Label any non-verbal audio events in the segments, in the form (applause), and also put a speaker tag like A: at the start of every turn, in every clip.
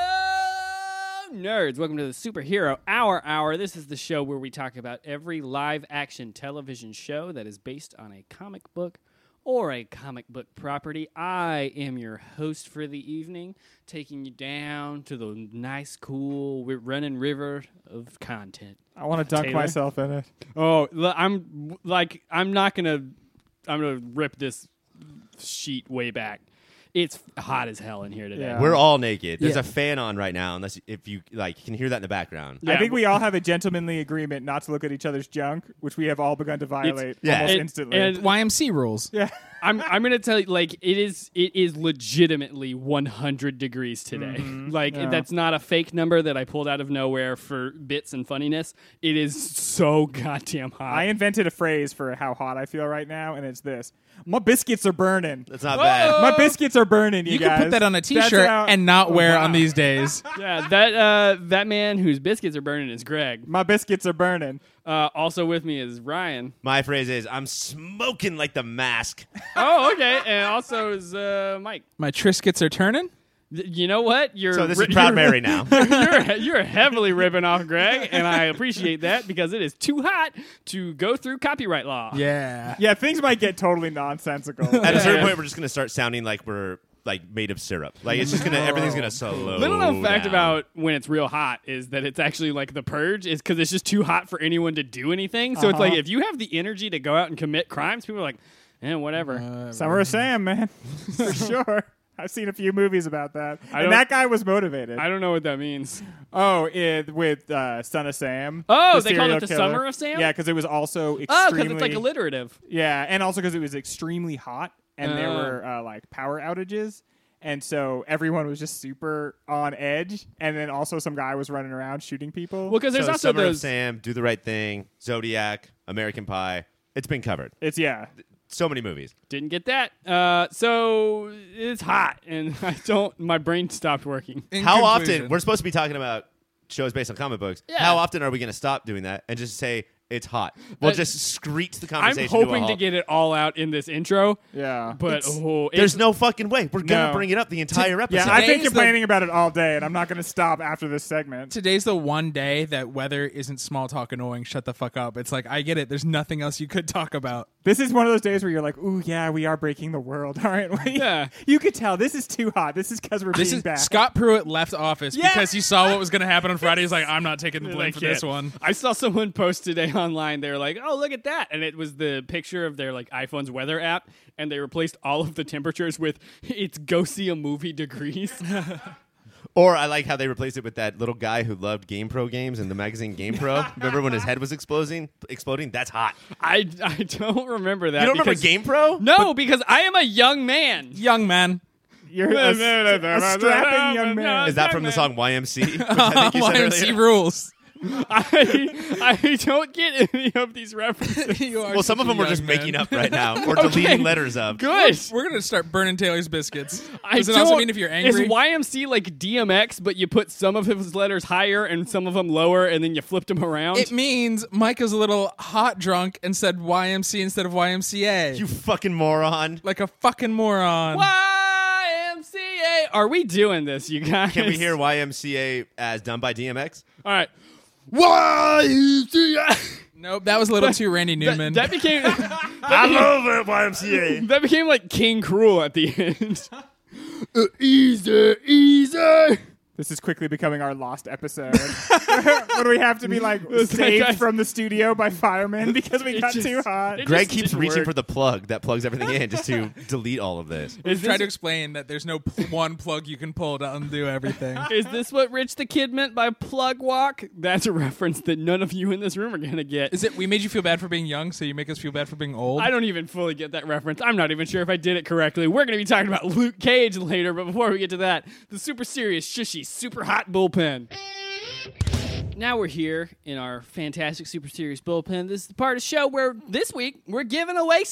A: Hello, nerds. Welcome to the Superhero Hour Hour. This is the show where we talk about every live action television show that is based on a comic book or a comic book property. I am your host for the evening, taking you down to the nice, cool, we're running river of content.
B: I want to dunk
A: Taylor?
B: myself in it.
A: Oh, l- I'm like I'm not gonna I'm gonna rip this sheet way back. It's hot as hell in here today.
B: Yeah.
C: We're all naked. There's
A: Um, Yeah.
C: a fan on right now, unless if you like you can hear that in the background.
A: Yeah.
B: I think we all have a gentlemanly agreement not to look at each other's junk, which we have all begun to violate
C: yeah.
B: almost
A: And-
B: instantly.
A: and-
D: YMC rules.
B: yeah.
A: I'm I'm gonna tell you like it is it is legitimately 100 degrees today.
C: Mm-hmm.
A: (laughs) Like
B: Yeah.
A: that's not a fake number that I pulled out of nowhere for bits and funniness. It is so goddamn hot.
B: (laughs) I invented a phrase for how hot I feel right now, and it's this: "My biscuits are burning.
C: That's not
A: Whoa!
C: bad.
B: My biscuits are burning." You,
D: You can put
B: guys.
D: that on a
B: That's
D: T-shirt
B: how- Oh,
D: and not wear
B: Wow.
D: on
B: (laughs)
D: these days.
A: yeah, that uh that man whose biscuits are burning is Greg.
B: My biscuits are burning.
A: Uh, also with me is Ryan.
C: My phrase is I'm smoking like the mask.
A: Oh, okay, and also is uh Mike.
D: My Triscuits are turning.
A: Th- You know what? You're
C: So this
A: ri-
C: is Proud
A: you're-
C: Mary now.
A: (laughs) you're, you're heavily ripping off Greg, and I appreciate that because it is too hot to go through copyright law.
D: Yeah.
B: Yeah, things might get totally
D: (laughs)
B: nonsensical.
C: At a certain
A: Yeah.
C: point, we're just gonna start sounding like we're like made of syrup. Like it's just gonna everything's gonna slow.
A: Little known fact
C: down.
A: about when it's real hot is that it's actually like the purge is because it's just too hot for anyone to do anything. So it's like if you have the energy to go out and commit crimes, people are like, eh, whatever.
D: Uh-huh.
B: Summer of Sam,
D: (laughs)
B: man, for sure. I've seen a few movies about that,
A: don't-
B: and that guy was motivated.
A: I don't know what that means.
B: oh, it, with uh, Son of Sam.
A: Oh, they called
B: serial
A: it the
B: killer.
A: Summer of Sam?
B: Yeah, because it was also extremely.
A: Oh, because it's like alliterative.
B: Yeah, and also because it was extremely hot and there
A: Oh.
B: were uh, like power outages. And so everyone was just super on edge. And then also some guy was running around shooting people.
A: Well, because
C: so
A: there's also
C: Summer of
A: those.
C: Sam, Do the Right Thing, Zodiac, American Pie. It's been covered.
B: it's, yeah.
C: So many movies.
A: Didn't get that. Uh, so it's hot, and (laughs) I don't. My brain stopped working.
D: In
C: How
D: conclusion,
C: often we're supposed to be talking about shows based on comic books?
A: Yeah.
C: How often are we gonna stop doing that and just say it's hot? We'll
A: Uh,
C: just screech the
A: I'm
C: conversation. a
A: hoping to
C: halt.
A: get it all out in this intro,
B: Yeah.
A: but oh,
C: There's
A: it's-
C: no fucking way. We're gonna
B: No.
C: bring it up the entire episode.
B: yeah, I've been
D: Today's the-
B: complaining about it all day, and I'm not going to stop after this segment.
D: today's the one day that weather isn't small talk annoying. Shut the fuck up. It's like I get it. There's nothing else you could talk about.
B: This is one of those days where you're like, ooh, yeah, we are breaking the world, (laughs) aren't we?
A: Yeah.
B: You could tell this is too hot. This is because we're
D: This
B: being
D: is
B: bad.
D: Scott Pruitt left office
B: Yeah.
D: because he saw what was going to happen on Friday.
B: (laughs)
D: He's like, I'm not taking the blame for this
A: kid.
D: one.
A: I saw someone post today (laughs) online. They were like, "Oh, look at that!" And it was the picture of their like iPhone's weather app, and they replaced all of the temperatures with "It's go see a movie
D: (laughs)
A: degrees."
C: Or I like how they replaced it with that little guy who loved Game Pro games and the magazine Game Pro. Remember when his head was exploding? Exploding? That's hot.
A: I, I don't remember that.
C: You don't remember
A: because-
C: Game Pro?
A: No, because I am a young man. (laughs)
D: Young man.
B: You're a, a strapping young man.
C: Is that
A: Young
C: from the
A: man.
C: song YMC? Which (laughs) I think
D: (laughs)
C: you said
D: YMC
C: earlier.
D: rules. (laughs)
A: I, I don't get any of these
D: (laughs)
A: references.
C: (laughs)
D: You are
C: Well, some of
D: such a
C: them we're
D: young
C: just
D: man.
C: making up right now or deleting letters of.
A: Good.
D: We're gonna start burning Taylor's biscuits.
A: I
D: Does it also
A: don't-
D: mean if you're angry?
A: Is YMC like DMX, but you put some of his letters higher and some of them lower, and then you flipped them around?
D: It means Mike is a little hot drunk and said YMC instead of YMCA.
C: You fucking moron.
D: like a fucking moron.
A: YMCA. Are we doing this, you guys?
C: Can we hear YMCA as done by DMX?
A: All right. YMCA.
D: Nope, that was a little too Randy Newman.
A: That, (laughs) that became (laughs)
C: I love it, (laughs) YMCA.
A: that became like King Cruel at the end. Uh, easy, easy.
B: This is quickly becoming our lost episode. (laughs) when we have to be like saved
A: guys-
B: from the studio by firemen because we got
A: just-
B: too hot.
A: it
C: Greg
A: just
C: keeps
A: didn't
C: reaching
A: work.
C: for the plug that plugs everything in just to delete all of this.
A: Is
D: Try
A: this,
D: to explain that there's no pl- one plug you can pull to undo everything.
A: is this what Rich the Kid meant by plug walk? That's a reference that none of you in this room are gonna get.
D: Is it we made you feel bad for being young, so you make us feel bad for being old?
A: I don't even fully get that reference. I'm not even sure if I did it correctly. We're going to be talking about Luke Cage later, but before we get to that, the super serious, shushy, super hot bullpen. Now we're here in our fantastic super serious bullpen. This is the part of the show where this week we're giving away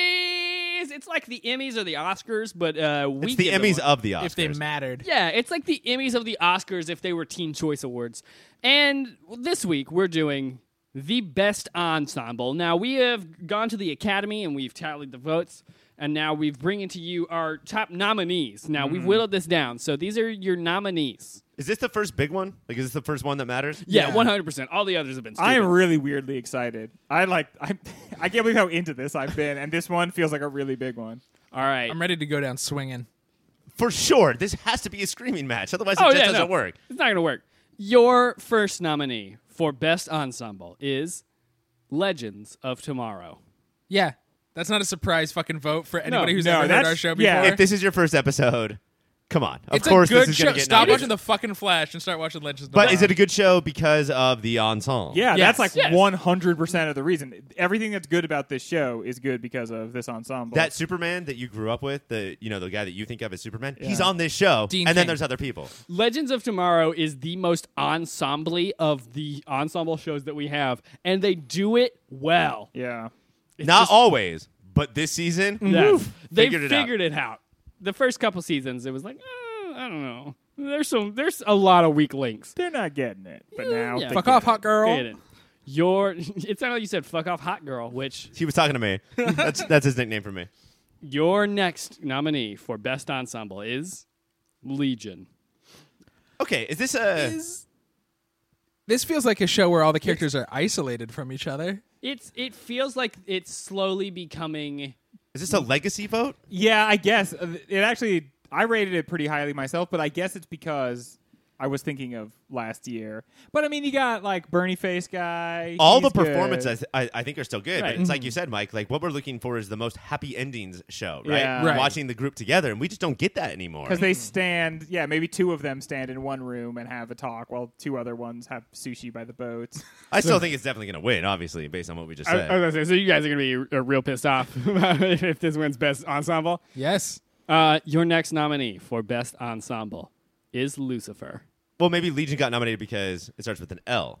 A: shushies. It's like the Emmys or the Oscars, but uh, we
C: It's the
A: give
C: Emmys
A: them-
C: of the Oscars.
D: if they mattered.
A: yeah, it's like the Emmys of the Oscars if they were Teen Choice Awards. And this week we're doing the best ensemble. Now we have gone to the Academy and we've tallied the votes. And now we've bringing to you our top nominees. Now we've whittled this down. So these are your nominees.
C: Is this the first big one? Like, is this the first one that matters?
A: Yeah,
D: Yeah.
A: one hundred percent. All the others have been. Stupid.
B: I am really weirdly excited. I like I (laughs) I can't believe how into this I've been, and this one feels like a really big one.
A: All right.
D: I'm ready to go down swinging.
C: For sure. This has to be a screaming match. Otherwise, it
A: Oh
C: just
A: yeah,
C: doesn't
A: no.
C: work.
A: It's not gonna work. Your first nominee for best ensemble is Legends of Tomorrow.
D: Yeah, that's not a surprise fucking vote for anybody who's
B: no,
D: ever heard
B: that's-
D: our show before.
B: yeah.
C: If this is your first episode, come on. Of
D: it's
C: course,
D: a good
C: this is
D: show.
C: going to get
D: Stop
C: nominated.
D: watching the fucking Flash and start watching Legends. Of
C: But is it
D: Tomorrow.
C: a good show because of the ensemble?
B: Yeah,
A: Yes,
B: that's like
A: yes.
B: one hundred percent of the reason. Everything that's good about this show is good because of this ensemble.
C: That Superman that you grew up with, the you know the guy that you think of as Superman, he's
B: Yeah.
C: on this show,
D: Dean
C: and then
D: King.
C: there's other people.
A: Legends of Tomorrow is the most ensemble of the ensemble shows that we have, and they do it well.
B: yeah.
C: Not always, but this season,
A: Yes.
C: woof,
A: They
C: figured it out.
A: The first couple seasons, it was like, eh, I don't know. There's some. There's a lot of weak links.
B: They're not getting it, but now
A: yeah.
B: they
D: Fuck
B: get
D: off,
B: it.
D: hot girl.
A: Get it. Your. (laughs) It sounded like you said "fuck off, hot girl," which
C: He was talking to me.
D: (laughs)
C: that's that's his nickname for me.
A: your next nominee for best ensemble is Legion.
C: Okay, is this a?
D: Is- This feels like a show where all the characters are isolated from each other.
A: It's. It feels like it's slowly becoming.
C: Is this a legacy vote?
B: Yeah, I guess Uh, it actually. I rated it pretty highly myself, but I guess it's because I was thinking of last year. But I mean, you got like Bernie face guy.
C: All the
B: he's good. Mm-hmm.
C: performances, I, I think, are still good.
A: Right.
C: But it's like you said, Mike. Like what we're looking for is the most happy endings show, right?
B: Yeah. Right.
C: Watching the group together, and we just don't get that anymore.
B: because they stand yeah maybe two of them stand in one room and have a talk while two other ones have sushi by the
C: (laughs)
B: boats
C: I still think it's definitely going to win, obviously, based on what we just
A: I, I was
C: said.
A: gonna say, so you guys are gonna be uh, real pissed off (laughs) if this wins best ensemble.
D: Yes.
A: Uh, your next nominee for best ensemble is Lucifer.
C: Well, maybe Legion got nominated because it starts with an L.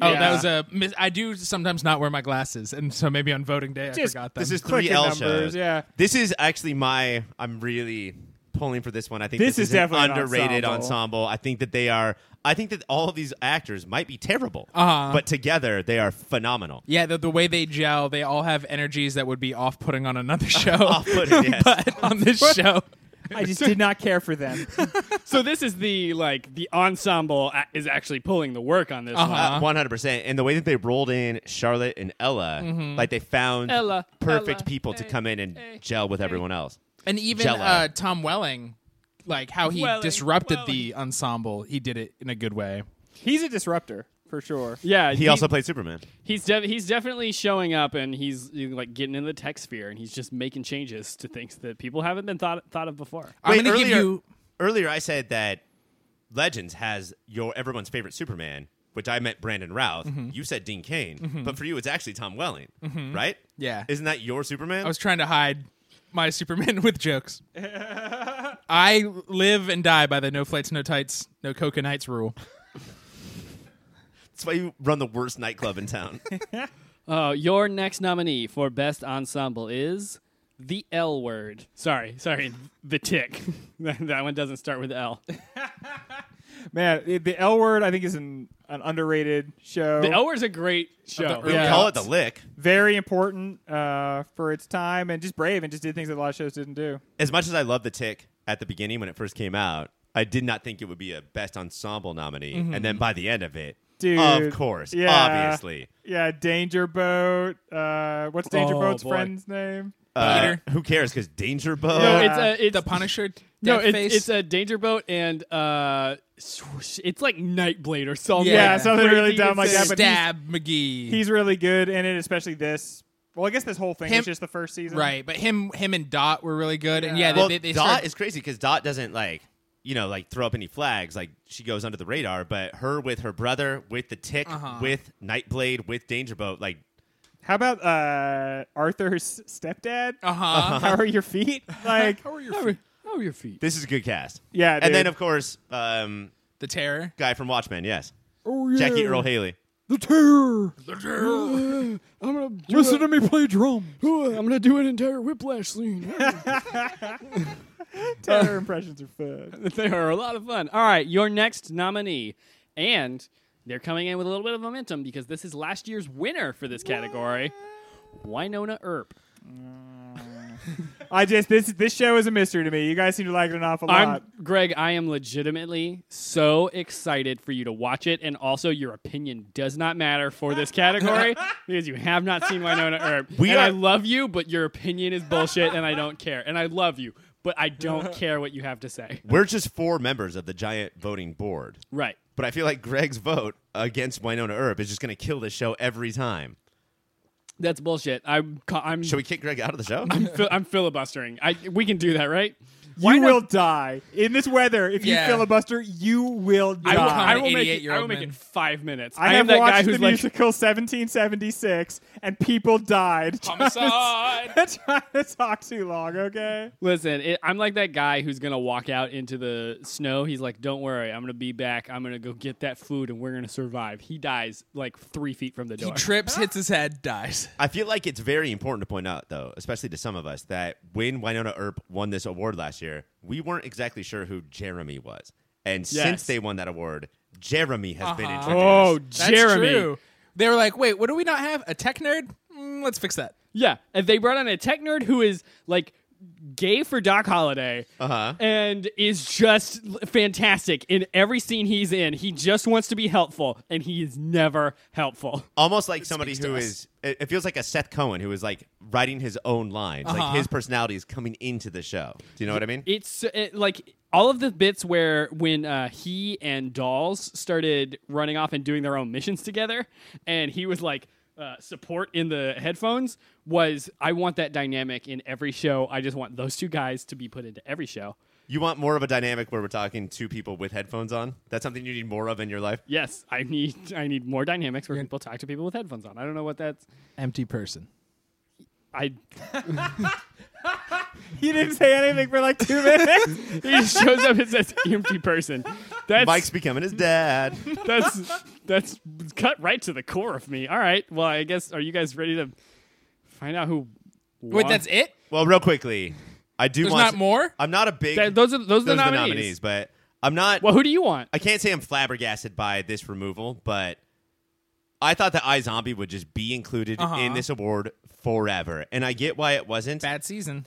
D: Oh,
B: Yeah.
D: that was a. Mis- I do sometimes not wear my glasses, and so maybe on voting day I
B: Just-
D: forgot them.
C: This is
B: Quicker
C: three L
B: numbers,
C: shows.
B: yeah.
C: This is actually my. I'm really pulling for this one. I think
B: This
C: this,
B: is
C: an
B: definitely an
C: underrated
B: ensemble.
C: ensemble. I think that they are. I think that all of these actors might be terrible,
D: Uh-huh.
C: but together they are phenomenal.
D: yeah, the, the way they gel, they all have energies that would be off-putting on (laughs) another show.
C: Off-putting,
D: (laughs)
C: yes.
D: but on this show,
B: i just did not care for them
A: So this is the like the ensemble a- is actually pulling the work on this one.
D: Uh-huh.
C: One hundred percent, and the way that they rolled in Charlotte and Ella,
D: Mm-hmm.
C: like they found
A: Ella,
C: perfect
A: Ella,
C: people to
A: eh,
C: come in and
A: eh,
C: gel with everyone else.
D: and even
C: Jell-O.
D: uh, Tom Welling, like how he
A: Welling,
D: disrupted
A: Welling.
D: the ensemble, he did it in a good way.
B: he's a disruptor for sure
A: Yeah,
C: He also played Superman.
A: he's de- he's definitely showing up and he's you know, like getting in the tech sphere and he's just making changes to things that people haven't been thought thought of before.
D: I'm gonna
C: earlier,
D: give you.
C: earlier I said that Legends has your everyone's favorite Superman, which I meant Brandon Routh.
D: Mm-hmm.
C: You said Dean Kane, but for you it's actually Tom Welling, right?
D: Yeah.
C: Isn't that your Superman?
D: I was trying to hide my Superman (laughs) with jokes. I live and die by the no flights, no tights, no coca nights rule.
C: That's why you run the worst nightclub in
D: (laughs)
C: town.
A: Uh, your next nominee for best ensemble is the L word. Sorry, sorry, the tick. (laughs) that that one doesn't start with L.
B: man it- the l word i think is an, an underrated show
A: The L word's a great show.
D: early-
C: We
B: Yeah.
C: Call it the lick.
B: very important uh, for its time and just brave and just did things that a lot of shows didn't do
C: As much as I love the tick at the beginning when it first came out, I did not think it would be a best ensemble nominee. And then by the end of it,
B: Mm-hmm. Dude,
C: of course,
B: yeah.
C: obviously.
B: yeah danger boat uh, what's danger
A: Oh,
B: boat's
A: boy.
B: friend's name
C: Uh,
D: Peter.
C: who cares? Because Danger Bo.
A: No,
B: Yeah.
A: it's a it's
D: The Punisher, death
A: No,
D: face.
A: it's, it's a danger boat and uh, swoosh. it's like Nightblade or something.
D: Yeah,
A: like that.
B: something
A: Crazy
B: really dumb like that,
A: insane.
B: but he's-
D: stab McGee.
B: he's really good in it especially this well i guess this whole thing
D: Him-
B: was just the first season
D: Right, but him him and Dot were really good, and yeah,
B: Yeah.
D: they,
C: well,
D: they, they
C: Dot
D: started-
C: is crazy because Dot doesn't like you know like throw up any flags. Like she goes under the radar, but her with her brother, with the Tick,
D: Uh-huh.
C: with Nightblade, with Danger Boat, like
B: How about uh, Arthur's stepdad?
D: uh-huh.
B: How are your feet? Like,
D: How are your feet?
A: Oh, your feet.
C: this is a good cast.
B: Yeah,
C: and
B: dude.
C: then of course, um,
D: the terror?
C: guy from Watchmen, yes,
B: oh, yeah.
C: Jackie Earl Haley.
A: The terror.
D: That's
A: I'm gonna do
B: to me play drum.
A: I'm gonna do an entire whiplash scene.
B: Terror impressions are fun.
A: (laughs) they are a lot of fun. All right, your next nominee, and they're coming in with a little bit of momentum because this is last year's winner for this category, Winona Earp.
B: I just this this show is a mystery to me. You guys seem to like it an awful lot.
A: I'm Greg. I am legitimately so excited for you to watch it, and also your opinion does not matter for this category because you have not seen Winona Earp.
C: We
A: and I
C: are-
A: love you, but your opinion is bullshit, and I don't care. And I love you, but I don't care what you have to say.
C: We're just four members of the giant voting board.
A: Right.
C: But I feel like Greg's vote against Winona Earp is just going to kill this show every time.
A: That's bullshit. I'm. ca- I'm.
C: Should we kick Greg out of the show?
A: Fi- (laughs) I'm filibustering. I. We can do that, right?
B: you will die in this weather if
D: Yeah.
B: you filibuster. You will die.
A: I will,
D: Come
A: I
D: on,
A: will make it. I
D: 88-year-old
A: will make
D: man.
A: it five minutes.
B: I,
A: am
B: have
A: that
B: watched
A: guy who's
B: the
A: like.
B: musical 1776, and people
A: (laughs)
B: died. trying to-
D: Homicide.
B: (laughs) trying to talk too long. Okay.
A: Listen, it, I'm like that guy who's gonna walk out into the snow. He's like, "Don't worry, I'm gonna be back. I'm gonna go get that food, and we're gonna survive." He dies like three feet from the
D: He
A: door.
D: (laughs) trips, hits his head, dies.
C: I feel like it's very important to point out, though, especially to some of us, that when Winona Earp won this award last year, we weren't exactly sure who Jeremy was. And
A: Yes.
C: since they won that award, Jeremy has been
D: Uh-huh.
C: introduced.
A: oh,
D: That's
A: Jeremy!
D: true. They were like, wait, what do we not have? A tech nerd? Mm, let's fix that.
A: Yeah, and they brought on a tech nerd who is like gay for Doc Holliday,
C: Uh-huh.
A: and is just l- fantastic in every scene he's in. He just wants to be helpful, and he is never helpful.
C: Almost like somebody
D: speaks to
C: who
D: us.
C: is, it it feels like a Seth Cohen who is like writing his own lines.
D: Uh-huh.
C: Like his personality is coming into the show. Do you know what I mean?
A: it's uh, it, like all of the bits where when uh, he and dolls started running off and doing their own missions together and he was like uh, support in the headphones was i want that dynamic in every show i just want those two guys to be put into every show
C: You want more of a dynamic where we're talking two people with headphones on? That's something you need more of in your life?
A: yes i need i need more dynamics where people talk to people with headphones on i don't know what that's
D: Empty person.
A: i
B: (laughs) He didn't say anything for like two minutes.
A: (laughs) he just shows up and says empty person that's
C: (laughs) Mike's becoming his dad.
A: that's that's cut right to the core of me all right well i guess are you guys ready to find out who
D: Wait,
A: won?
D: that's it?
C: well, real quickly, I do
D: There's
C: want.
D: not more?
C: I'm not a big.
A: Th- those are those, are the nominees.
C: but I'm not.
A: Well, who do you want?
C: I can't say I'm flabbergasted by this removal, but I thought that iZombie would just be included
D: Uh-huh.
C: in this award forever. And I get why it wasn't,
D: Bad season.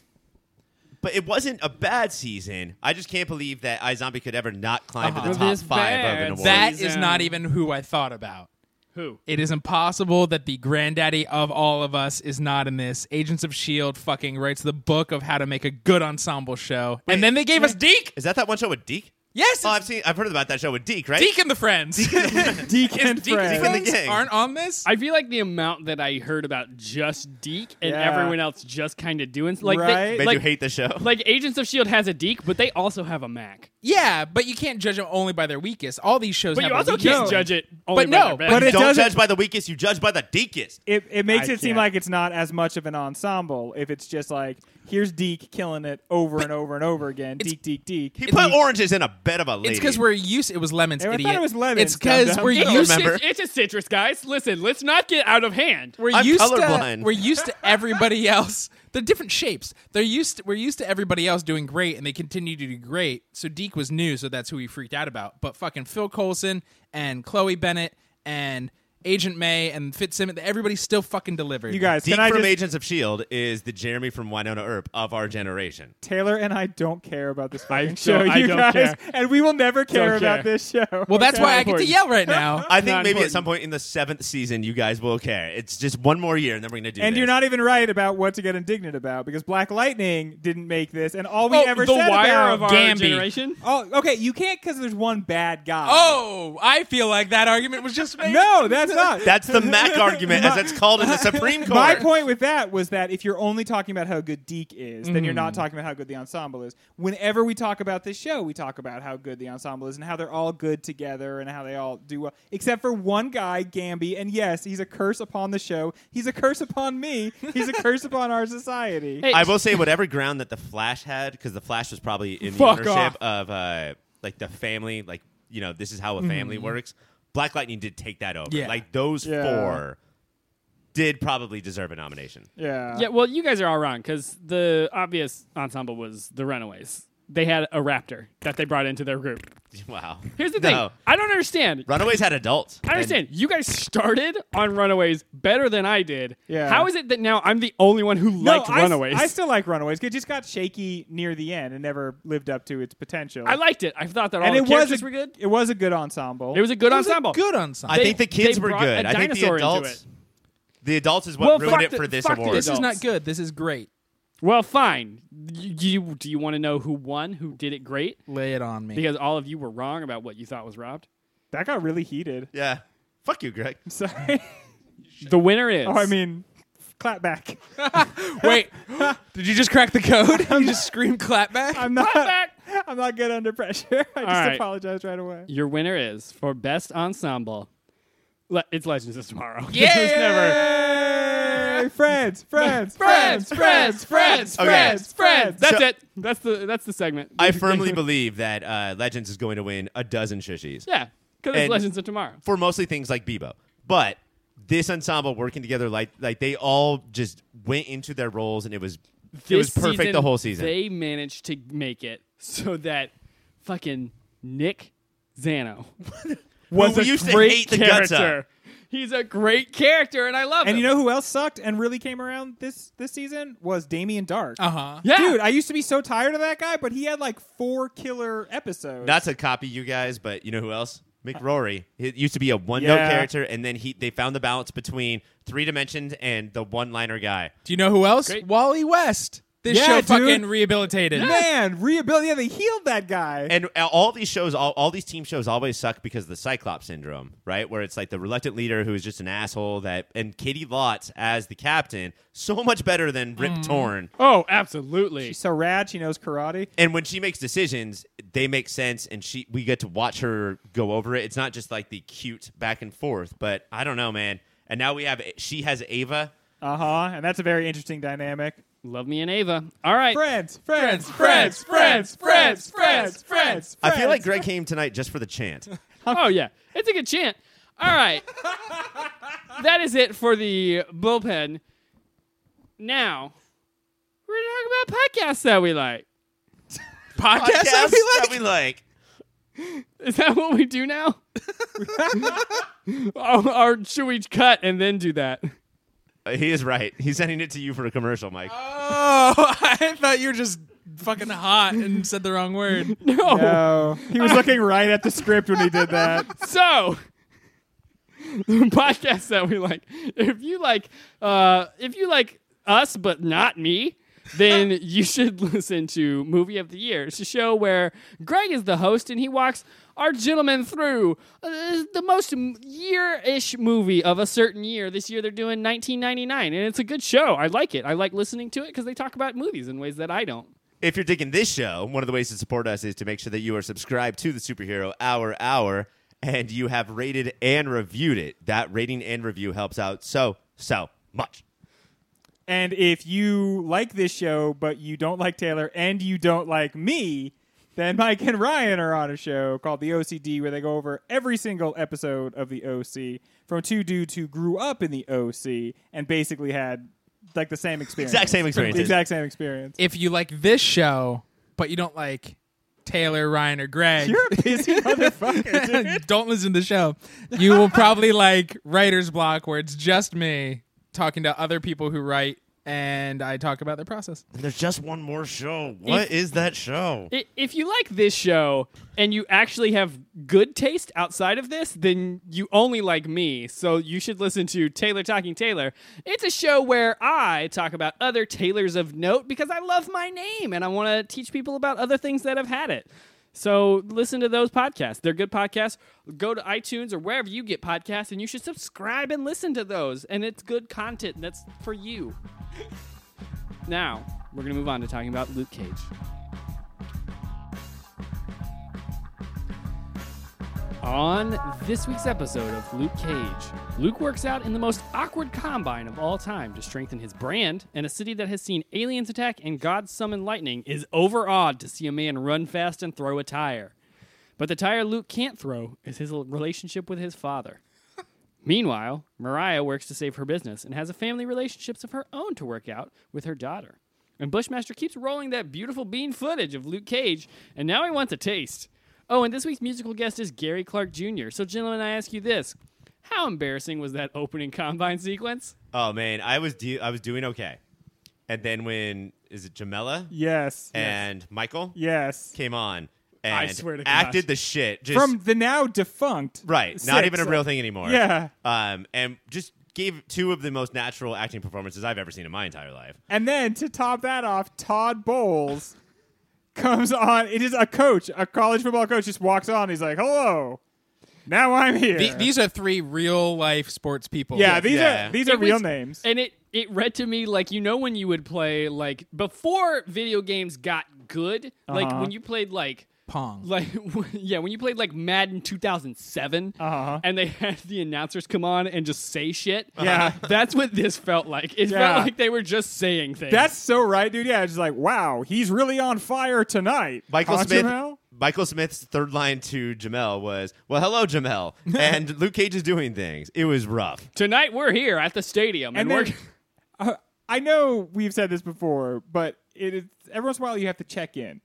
C: but it wasn't a bad season. I just can't believe that iZombie could ever not climb
D: Uh-huh.
C: to the top
A: This
C: five of
A: bad
C: an award.
D: That
A: Season.
D: is not even who I thought about.
A: Who?
D: It is impossible that the granddaddy of all of us is not in this. Agents of S.H.I.E.L.D. E fucking writes the book of how to make a good ensemble show. and then they gave us Deke.
C: is that that one show with Deke?
D: Yes,
C: Oh,
D: it's
C: I've seen. I've heard about that show with Deke, right?
D: Deke and the Friends. (laughs)
B: Deacon
D: Is Deke and the
B: Fred.
C: Friends.
D: Friends
C: gang.
D: aren't on this?
A: I feel like the amount that I heard about just Deke and
B: Yeah.
A: everyone else just kind of doing like
B: Right?
A: they,
C: Made
A: like
C: you hate the show.
A: like Agents of Shield E has a Deke, but they also have a Mac.
D: yeah, but you can't judge them only by their weakest. All these shows
A: But
D: have
A: you
D: a
A: also
D: weakest.
A: can't
B: No.
A: judge it. Only
D: But
A: by
D: no,
A: their
D: but
A: best.
B: it
C: Don't
B: doesn't-
C: judge by the weakest. You judge by the deekest.
B: It, it makes
A: I
B: it seem
A: can't.
B: like it's not as much of an ensemble if it's just like here's Deke killing it over and over and over again. Deke, Deke, Deke.
C: He put oranges in a bed of a lady.
D: It's because we're used. It was lemons,
B: Yeah, I thought
D: idiot.
B: it was lemons,
D: It's because
B: dum-dum.
D: we're
C: don't
A: it's,
D: used.
C: remember.
A: it's, it's a citrus, guys. Listen, let's not get out of hand.
D: We're
C: I'm
D: used
C: colorblind.
D: to. We're used to everybody (laughs) else. They're different shapes. They're used. To, we're used to everybody else doing great, and they continue to do great. So Deke was new, so that's who he freaked out about. But fucking Phil Coulson and Chloe Bennett and Agent May and Fitzsimmons. Everybody still fucking delivered.
B: You guys,
C: Deke
B: can I
C: from
B: just
C: Agents of Shield E is the Jeremy from Winona Earp of our generation.
B: Taylor and I don't care about this
A: I
B: fucking
A: don't-
B: show,
A: I
B: you
A: don't
B: guys,
A: care.
B: and we will never care
A: Don't
B: about
A: care.
B: this show.
D: Well, that's why I get to
A: important.
D: yell right
C: (laughs)
D: now.
C: I think
A: Not
C: maybe
A: important.
C: at some point in the seventh season, you guys will care. It's just one more year, and then we're gonna do.
B: And
C: this.
B: you're not even right about what to get indignant about because Black Lightning didn't make this, and all we
A: Oh,
B: ever
A: the
B: said
A: wire
B: about
A: of our
D: Gambi.
A: generation.
B: oh, okay, you can't because there's one bad guy.
D: oh, I feel like that argument was just
B: (laughs)
D: made.
B: no, that's not.
C: (laughs) That's the
B: (laughs)
C: Mac argument, as it's called in the Supreme Court.
B: My point with that was that if you're only talking about how good Deke is, then you're not talking about how good the ensemble is. Whenever we talk about this show, we talk about how good the ensemble is and how they're all good together and how they all do well, except for one guy, Gamby. And yes, he's a curse upon the show. He's a curse upon me. He's a curse upon our society.
A: Hey,
C: I will say whatever ground that the Flash had, because the Flash was probably in the
A: Fuck
C: ownership
A: off.
C: of uh, like the family. Like you know, this is how a family works. Black Lightning did take that over.
D: Yeah.
C: Like those
B: Yeah.
C: four did probably deserve a nomination. (laughs)
B: Yeah.
A: Yeah, well, you guys are all wrong because the obvious ensemble was the Runaways. they had a raptor that they brought into their group.
C: Wow.
A: Here's the
C: No.
A: thing. I don't understand.
C: Runaways had adults.
A: I understand. You guys started on Runaways better than I did.
B: Yeah.
A: How is it that now I'm the only one who liked
B: I s-
A: Runaways?
B: I still like Runaways. 'cause It just got shaky near the end and never lived up to its potential.
A: I liked it. I thought that all
B: and
A: Oh, the
B: it was
A: characters
B: a,
A: were good.
B: It was a good ensemble.
A: It was a good
D: It was a
A: ensemble.
D: Good ensemble.
C: I think
A: They-
C: the kids
A: they
C: were
A: brought
C: good.
A: a
C: I think the
A: dinosaur into
C: adults.
A: it.
C: The adults is what
A: Well, fuck
C: ruined it
A: the-
C: for this
A: fuck the
C: award.
D: this is
A: adults.
D: not good. This is great.
A: well, fine. You, you- do you want to know who won? Who did it great?
D: Lay it on me.
A: Because all of you were wrong about what you thought was robbed.
B: that got really heated.
C: Yeah. Fuck you, Greg.
B: Sorry.
A: The winner is.
B: oh, (laughs) I mean, clap back.
D: Wait, did you just crack the code? (laughs) You just scream clap back?
B: I'm not.
A: back.
B: (laughs) I'm not good under pressure. (laughs) I just
A: right.
B: apologize right away.
A: your winner is for best ensemble. Le- it's Legends of Tomorrow. (laughs)
D: Yeah!
A: There's never.
B: Hey, friends, friends,
A: Friends, friends,
B: friends, friends, friends,
C: Okay.
B: friends, friends.
A: That's
C: So-
A: it. That's the that's the segment. (laughs)
C: I firmly believe that uh, Legends is going to win a dozen shushies
A: yeah, because it's
C: And-
A: Legends of Tomorrow.
C: for mostly things like Bebo. But this ensemble working together, like like they all just went into their roles, and it was it was
A: This
C: perfect
A: season,
C: the whole season.
A: They managed to make it so that fucking Nick Zano (laughs) was
C: we
A: a
C: used to
A: great
C: hate the guts
A: character. He's a great character, and I love him.
B: And you know who else sucked and really came around this this season was Damian Dark.
D: Uh huh.
A: yeah,
B: Dude, I used to be so tired of that guy, but he had like four killer episodes.
C: Not to copy you guys, but you know who else?
A: Uh,
C: McRory. It used to be a one
B: Yeah.
C: note character, and then he they found the balance between three dimensions and the one liner guy.
D: Do you know who else?
A: Great.
D: Wally West. This
B: Yeah,
D: show
B: dude.
D: fucking rehabilitated.
B: Man, rehabilitated. They healed that guy.
C: And uh, all these shows, all, all these team shows always suck because of the Cyclops syndrome, right? Where it's like the reluctant leader who is just an asshole that, and Katie Lotz as the captain, so much better than Rip Torn.
A: oh, absolutely.
B: She's so rad. She knows karate.
C: And when she makes decisions, they make sense, and she we get to watch her go over it. It's not just like the cute back and forth, but I don't know, man. And now we have she has Ava.
B: Uh huh. And that's a very interesting dynamic.
A: love me and Ava. All right,
B: Friends, friends,
D: Friends,
B: friends, friends,
D: friends,
B: friends, friends, friends.
C: I feel like Greg came tonight just for the chant.
A: Oh yeah, it's a good chant. All right, that is it for the bullpen. Now we're gonna talk about podcasts that we like.
D: Podcast
C: Podcasts
D: that we like?
C: that we like.
A: Is that what we do now? (laughs) or, or should we cut and then do that? (laughs)
C: Uh, He is right. He's sending it to you for a commercial, Mike.
D: Oh, (laughs) I thought you were just fucking hot and said the wrong word.
A: No.
B: No, (laughs) he was looking right at the script when he did that.
A: So (laughs) the podcasts that we like. If you like, uh, if you like us but not me. Then you should listen to Movie of the Year. It's a show where Greg is the host and he walks our gentlemen through uh, the most m- year-ish movie of a certain year. This year they're doing 1999, and it's a good show. I like it. I like listening to it because they talk about movies in ways that I don't.
C: If you're digging this show, one of the ways to support us is to make sure that you are subscribed to the Superhero Hour Hour and you have rated and reviewed it. That rating and review helps out so, so much.
B: And if you like this show, but you don't like Taylor and you don't like me, then Mike and Ryan are on a show called The OCD where they go over every single episode of The OC from two dudes who grew up in The OC and basically had like the same experience.
C: Exact same experiences.
B: The exact same experience.
D: (laughs) If you like this show, but you don't like Taylor, Ryan, or (laughs) Greg,
B: You're a (laughs) busy motherfucker, dude.
D: (laughs) don't listen to the show. You will (laughs) probably like Writer's Block, where it's just me talking to other people who write, and I talk about their process.
C: And there's just one more show. What is that show?
A: I- if you like this show and you actually have good taste outside of this, then you only like me. So you should listen to Taylor Talking Taylor. It's a show where I talk about other Taylors of note because I love my name and I want to teach people about other things that have had it. So listen to those podcasts. They're good podcasts. Go to iTunes or wherever you get podcasts and you should subscribe and listen to those. And it's good content that's for you. now, we're going to move on to talking about Luke Cage. On this week's episode of Luke Cage, Luke works out in the most awkward combine of all time to strengthen his brand, and a city that has seen aliens attack and gods summon lightning is overawed to see a man run fast and throw a tire. But the tire Luke can't throw is his l- relationship with his father. Meanwhile, Mariah works to save her business and has a family relationships of her own to work out with her daughter. And Bushmaster keeps rolling that beautiful bean footage of Luke Cage, and now he wants a taste. Oh, and this week's musical guest is Gary Clark Jr. So, gentlemen, I ask you this How embarrassing was that opening combine sequence?
C: Oh man, I was de- I was doing okay, and then when is it Jamela
B: Yes.
C: and Michael
B: yes.
C: came on and
A: I swear to
C: acted
A: gosh.
C: the shit just
B: From the now defunct.
C: right, not
B: six.
C: even a real thing anymore.
B: Yeah.
C: um, and just gave two of the most natural acting performances I've ever seen in my entire life.
B: And then to top that off, Todd Bowles (laughs) comes on. It is a coach, a college football coach, just walks on. He's like, "Hello, now I'm here."
D: The- these are three real life sports people.
B: yeah, these
C: Yeah.
B: are these
A: It
B: are real
A: was-
B: names.
A: And it it read to me like you know when you would play like before video games got good, like
B: Uh-huh.
A: when you played like
D: Pong.
A: like (laughs) yeah, when you played like Madden 2007
B: Uh-huh.
A: and they (laughs) had the announcers come on and just say shit. uh-huh,
B: Yeah.
A: That's what this felt like. It
B: Yeah.
A: felt like they were just saying things.
B: That's so right, dude. Yeah, it's just like, wow, he's really on fire tonight.
C: Michael
B: Huh,
C: Smith.
B: Jamel?
C: Michael Smith's third line to Jamel was, "Well, hello, Jamel," and Luke Cage is doing things. It was rough.
A: Tonight we're here at the stadium and,
B: And then,
A: we're
B: uh, I know we've said this before, but it is every once in a while you have to check in.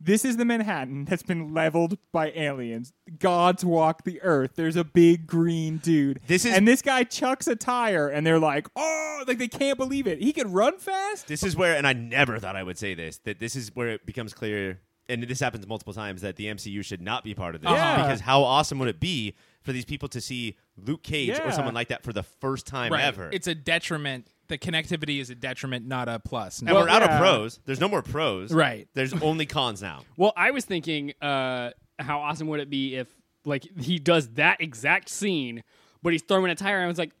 B: This is the Manhattan that's been leveled by aliens. Gods walk the earth. There's a big green dude.
C: This is-
B: and this guy chucks a tire, and they're like, "Oh, like they can't believe it. He could run fast."
C: This is where, and I never thought I would say this, that this is where it becomes clear, and this happens multiple times, that the MCU should not be part of this.
B: Yeah.
C: Because how awesome would it be for these people to see Luke Cage
B: Yeah.
C: or someone like that for the first time
D: right.
C: ever?
D: It's a detriment. The connectivity is a detriment, not a plus.
C: and we're out
B: yeah.
C: of pros. There's no more pros.
D: Right.
C: There's only cons now.
A: (laughs) Well, I was thinking, uh, how awesome would it be if like he does that exact scene, but he's throwing a tire, and I was like,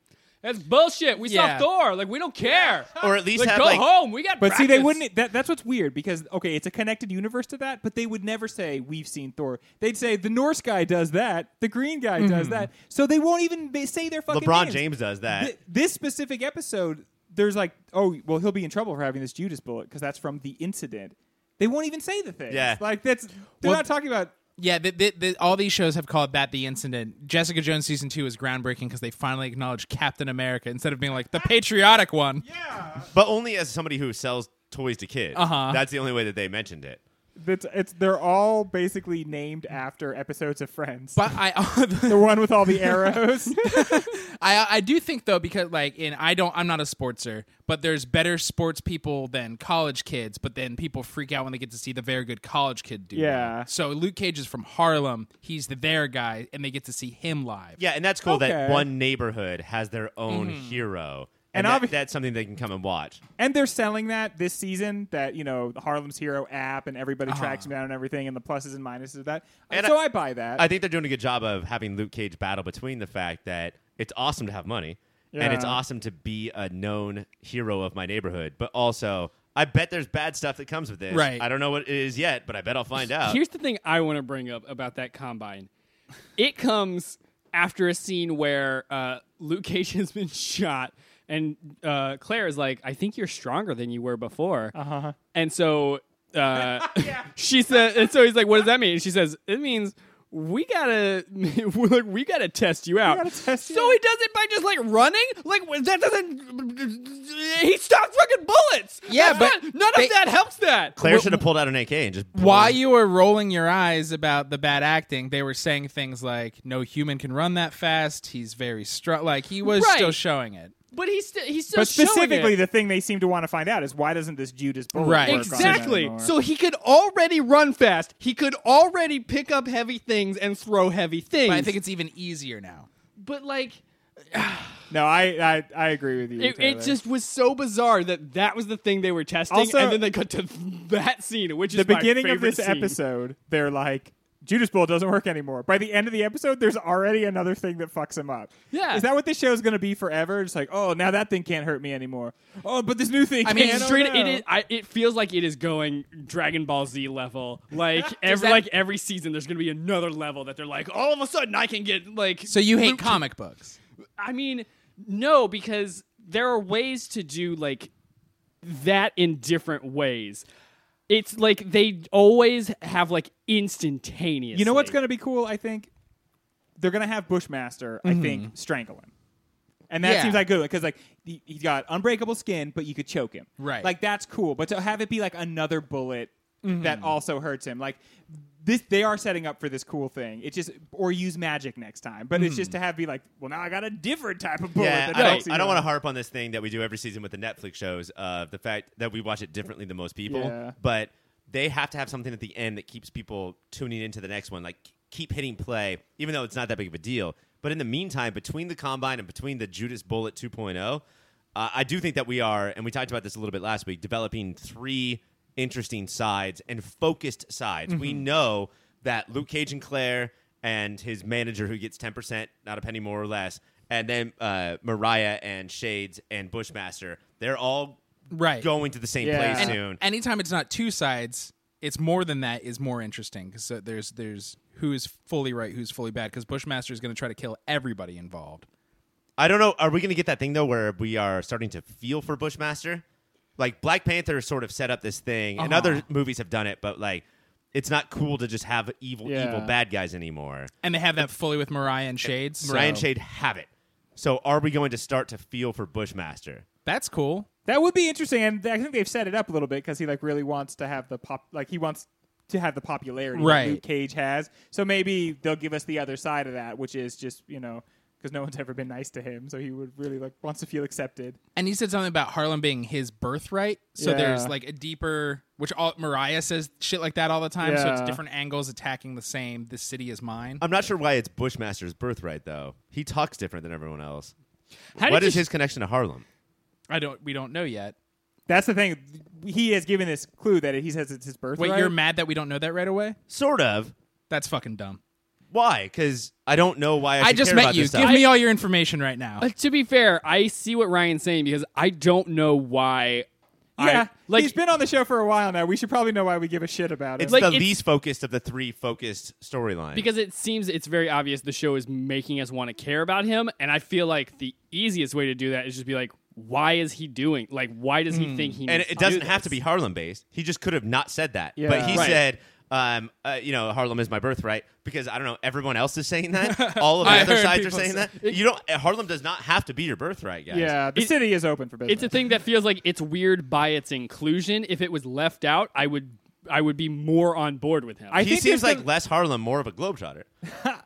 A: "That's bullshit. We
D: Yeah.
A: saw Thor. Like we don't care.
C: Or at least
A: like
C: have,
A: go
C: like-
A: home. We got."
B: But see, they
A: practice."
B: wouldn't. That, that's what's weird because okay, it's a connected universe to that, but they would never say we've seen Thor. They'd say the Norse guy does that, the green guy does that, so they won't even ba- say their fucking.
C: Mm-hmm. LeBron
B: names.
C: James does that.
B: Th- this specific episode, there's like, oh, well, he'll be in trouble for having this Judas bullet because that's from the incident. They won't even say the thing.
C: Yeah.
B: like that's they're
D: Well,
B: not talking about.
D: Yeah, the, the, the, all these shows have called that the incident. Jessica Jones season two is groundbreaking because they finally acknowledge Captain America instead of being like the patriotic one.
B: Yeah,
C: but only as somebody who sells toys to kids.
D: Uh-huh.
C: That's the only way that they mentioned it.
B: it's, it's they're all basically named after episodes of Friends.
D: But I, (laughs)
B: the one with all the arrows. (laughs)
D: I, I do think though because like in I don't I'm not a sportser, but there's better sports people than college kids. But then people freak out when they get to see the very good college kid do.
B: Yeah.
D: that. So Luke Cage is from Harlem. He's the there guy, and they get to see him live.
C: Yeah, and that's cool that
B: Okay. Mm-hmm.
C: one neighborhood has their own hero. And,
B: And
C: that-
B: obvi-
C: that's something they can come and watch.
B: And they're selling that this season that, you know, the Harlem's Hero app and everybody tracks him down and everything and the pluses and minuses of that.
C: And
B: so
C: I-
B: I, buy that.
C: I think they're doing a good job of having Luke Cage battle between the fact that it's awesome to have money and it's
B: Yeah.
C: awesome to be a known hero of my neighborhood, but also I bet there's bad stuff that comes with this.
D: Right.
C: I don't know what it is yet, but I bet I'll find
B: Uh,
C: out.
A: Here's the thing I want to bring up about that combine. It comes after a scene where uh, Luke (laughs) Cage has been shot, and uh, Claire is like, "I think you're stronger than you were before," uh-huh. and so
B: (laughs)
A: uh, (laughs) she said, and so he's like, "What does that mean?" And she says, "It means." We gotta, (laughs) we're like, we gotta test you out.
B: gotta test you
A: so
B: out.
A: he does it by just like running. Like wh- that doesn't. (laughs) He stopped fucking bullets.
D: Yeah,
A: That's
D: but
A: not- none
D: they-
A: of that helps. That
C: Claire should have pulled out an AK and just
D: While you were rolling your eyes about the bad acting, they were saying things like "No human can run that fast." He's very strong. Like he was
A: Right.
D: still showing it.
A: But he's st- he's still
B: but
A: showing
B: specifically,
A: it.
B: the thing they seem to want to find out is why doesn't this Judas bullet
D: Right.
B: work on him
A: Exactly.
B: anymore?
A: So he could already run fast. He could already pick up heavy things and throw heavy things.
D: But I think it's even easier now.
A: but like,
B: no, I, I I agree with you.
A: it,
B: Taylor.
A: it just was so bizarre that that was the thing they were testing,
B: Also-
A: and then they cut to that scene, which is
B: the
A: my
B: beginning of
A: favorite
B: this
A: scene.
B: episode, they're like Judas Bull doesn't work anymore. By the end of the episode, there's already another thing that fucks him up.
A: Yeah.
B: is that what this show is going to be forever? It's like, oh, now that thing can't hurt me anymore. Oh, but this new thing.
D: I mean,
B: can.
A: It's
B: Oh,
A: straight, it,
B: no.
A: is, I, it feels like it is going Dragon Ball Z level.
D: (laughs)
A: Like every
D: that-
A: like every season, there's going to be another level that they're like, all of a sudden, I can get like.
D: So you hate
A: Luke-
D: comic books.
A: I mean, no, because there are ways to do like that in different ways. It's like they always have like instantaneous.
B: You know what's going to be cool? I think they're going to have Bushmaster. I think strangle him. and that
D: Yeah.
B: seems like good because like he, he's got unbreakable skin, but you could choke him.
D: Right.
B: like that's cool. But to have it be like another bullet that also hurts him, like this, they are setting up for this cool thing. It just or use magic next time, but it's just to have be like, well, now I got a different type of bullet.
C: Mm-hmm. Yeah,
B: that
C: I
B: helps
C: don't,
B: you
C: I don't
B: out."
C: want to harp on this thing that we do every season with the Netflix shows of the fact that we watch it differently than most people.
B: Yeah.
C: But they have to have something at the end that keeps people tuning into the next one. Like k- keep hitting play, even though it's not that big of a deal. But in the meantime, between the combine and between the Judas Bullet 2.0, uh, I do think that we are, and we talked about this a little bit last week, developing three interesting sides and focused sides. We
D: Mm-hmm.
C: know that Luke Cage and Claire and his manager who gets 10%, not a penny more or less, and then uh, Mariah and Shades and Bushmaster, they're all
D: Right.
C: going to the same
B: Yeah.
C: place
D: And
C: soon.
D: anytime it's not two sides, it's more than that is more interesting because there's there's who is fully right, who's fully bad. Because Bushmaster is going to try to kill everybody involved.
C: I don't know. Are we going to get that thing, though, where we are starting to feel for Bushmaster? Like, Black Panther sort of set up this thing, and other movies have done it, but like, it's not cool to just have evil,
B: Yeah.
C: evil bad guys anymore.
D: And they have that fully with Mariah and Shades.
C: Mariah and
D: so
C: Shade have it. So, are we going to start to feel for Bushmaster?
D: That's cool.
B: That would be interesting, and I think they've set it up a little bit because he like really wants to have the pop, like he wants to have the popularity
D: Right.
B: that Luke Cage has. So maybe they'll give us the other side of that, which is just you know because no one's (laughs) ever been nice to him, so he would really like wants to feel accepted.
D: And he said something about Harlem being his birthright. So
B: Yeah.
D: there's like a deeper, which all, Mariah says shit like that all the time. So it's
B: Yeah.
D: different angles attacking the same. This city is mine.
C: I'm not sure why it's Bushmaster's birthright, though. He talks different than everyone else.
A: How
C: what
A: did
C: is
A: you-
C: his connection to Harlem?
D: I don't. We don't know yet.
B: That's the thing. He has given this clue that he says it's his
D: Wait,
B: birthright.
D: you're mad that we don't know that right away?
C: Sort of.
D: That's fucking dumb.
C: Why? Because I don't know why I,
D: I
C: should
D: just
C: care
D: met
C: about
D: you.
C: This
D: Give
C: stuff.
D: me all your information right now.
A: Uh, to be fair, I see what Ryan's saying because I don't know why.
B: yeah,
A: I, like
B: he's been on the show for a while now. We should probably know why we give a shit about it.
C: It's
A: like,
C: the
A: it's-
C: least focused of the three focused storylines.
A: because it seems it's very obvious the show is making us want to care about him, and I feel like the easiest way to do that is just be like, why is he doing? Like, why does he think he?
C: Hmm. and
A: needs
C: it
A: to do
C: doesn't have to
A: this?
C: be Harlem based. He just could have not said that.
B: Yeah.
C: But he
B: Right.
C: said, um, uh, you know, Harlem is my birthright because I don't know. Everyone else is saying that. All of the
D: I
C: other
D: heard
C: sides are
D: people
C: saying
D: say-
C: that. You don't. uh, Harlem does not have to be your birthright, guys.
B: yeah, the
A: It-
B: city is open for business.
A: It's a thing that feels like it's weird by its inclusion. If it was left out, I would I would be more on board with him.
B: I
C: He
B: think
C: seems
B: there's
C: like
B: gonna-
C: less Harlem, more of a globetrotter.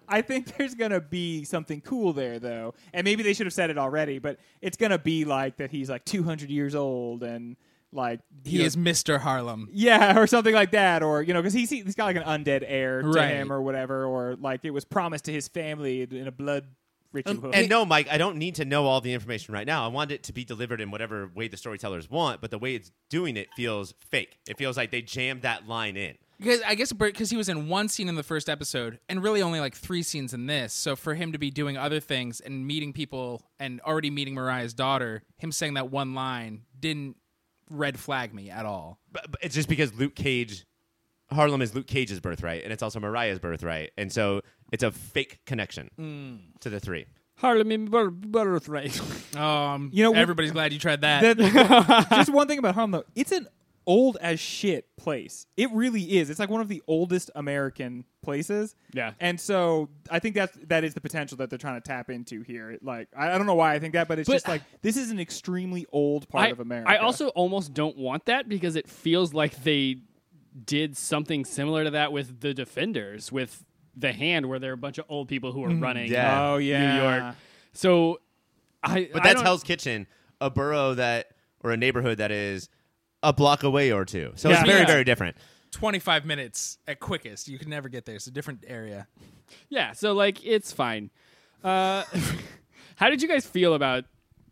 B: I think (laughs) there's gonna be something cool there though, and maybe they should have said it already. But it's gonna be like that he's like 200 years old and like
D: he
B: you know-
D: is Mr. Harlem.
B: (laughs) yeah, or something like that, or you know, because he's he's got like an undead heir to
D: Right.
B: him or whatever, or like it was promised to his family in a blood ritual.
C: And no, Mike, I don't need to know all the information right now. I want it to be delivered in whatever way the storytellers want, but the way it's doing it feels fake. It feels like they jammed that line in.
D: Because I guess because he was in one scene in the first episode, and really only like three scenes in this. So for him to be doing other things and meeting people, and already meeting Mariah's daughter, him saying that one line didn't red flag me at all.
C: but, but it's just because Luke Cage, Harlem is Luke Cage's birthright, and it's also Mariah's birthright, and so it's a fake connection to the three.
A: Harlem in bur- birthright.
D: Um,
B: You know, we-
D: everybody's glad you tried
A: (laughs)
D: that.
B: That- just one thing about Harlem though, it's an old as shit place. It really is. It's like one of the oldest American places.
A: Yeah.
B: And so I think that's that is the potential that they're trying to tap into here. Like I, I don't know why I think that, but it's
A: But-
B: just like this is an extremely old
A: I,
B: part of America.
A: I also almost don't want that because it feels like they did something similar to that with the Defenders, with the hand where there are a bunch of old people who are running.
C: Yeah.
B: Oh yeah.
A: New York. So I
C: But
A: I
C: that's
A: don't-
C: Hell's Kitchen, a borough that or a neighborhood that is a block away or two. So
B: Yeah.
C: it's very
B: Yeah.
C: very different.
D: Twenty five minutes at quickest. You could never get there. It's a different area.
A: Yeah, so like it's fine. Uh, (laughs) how did you guys feel about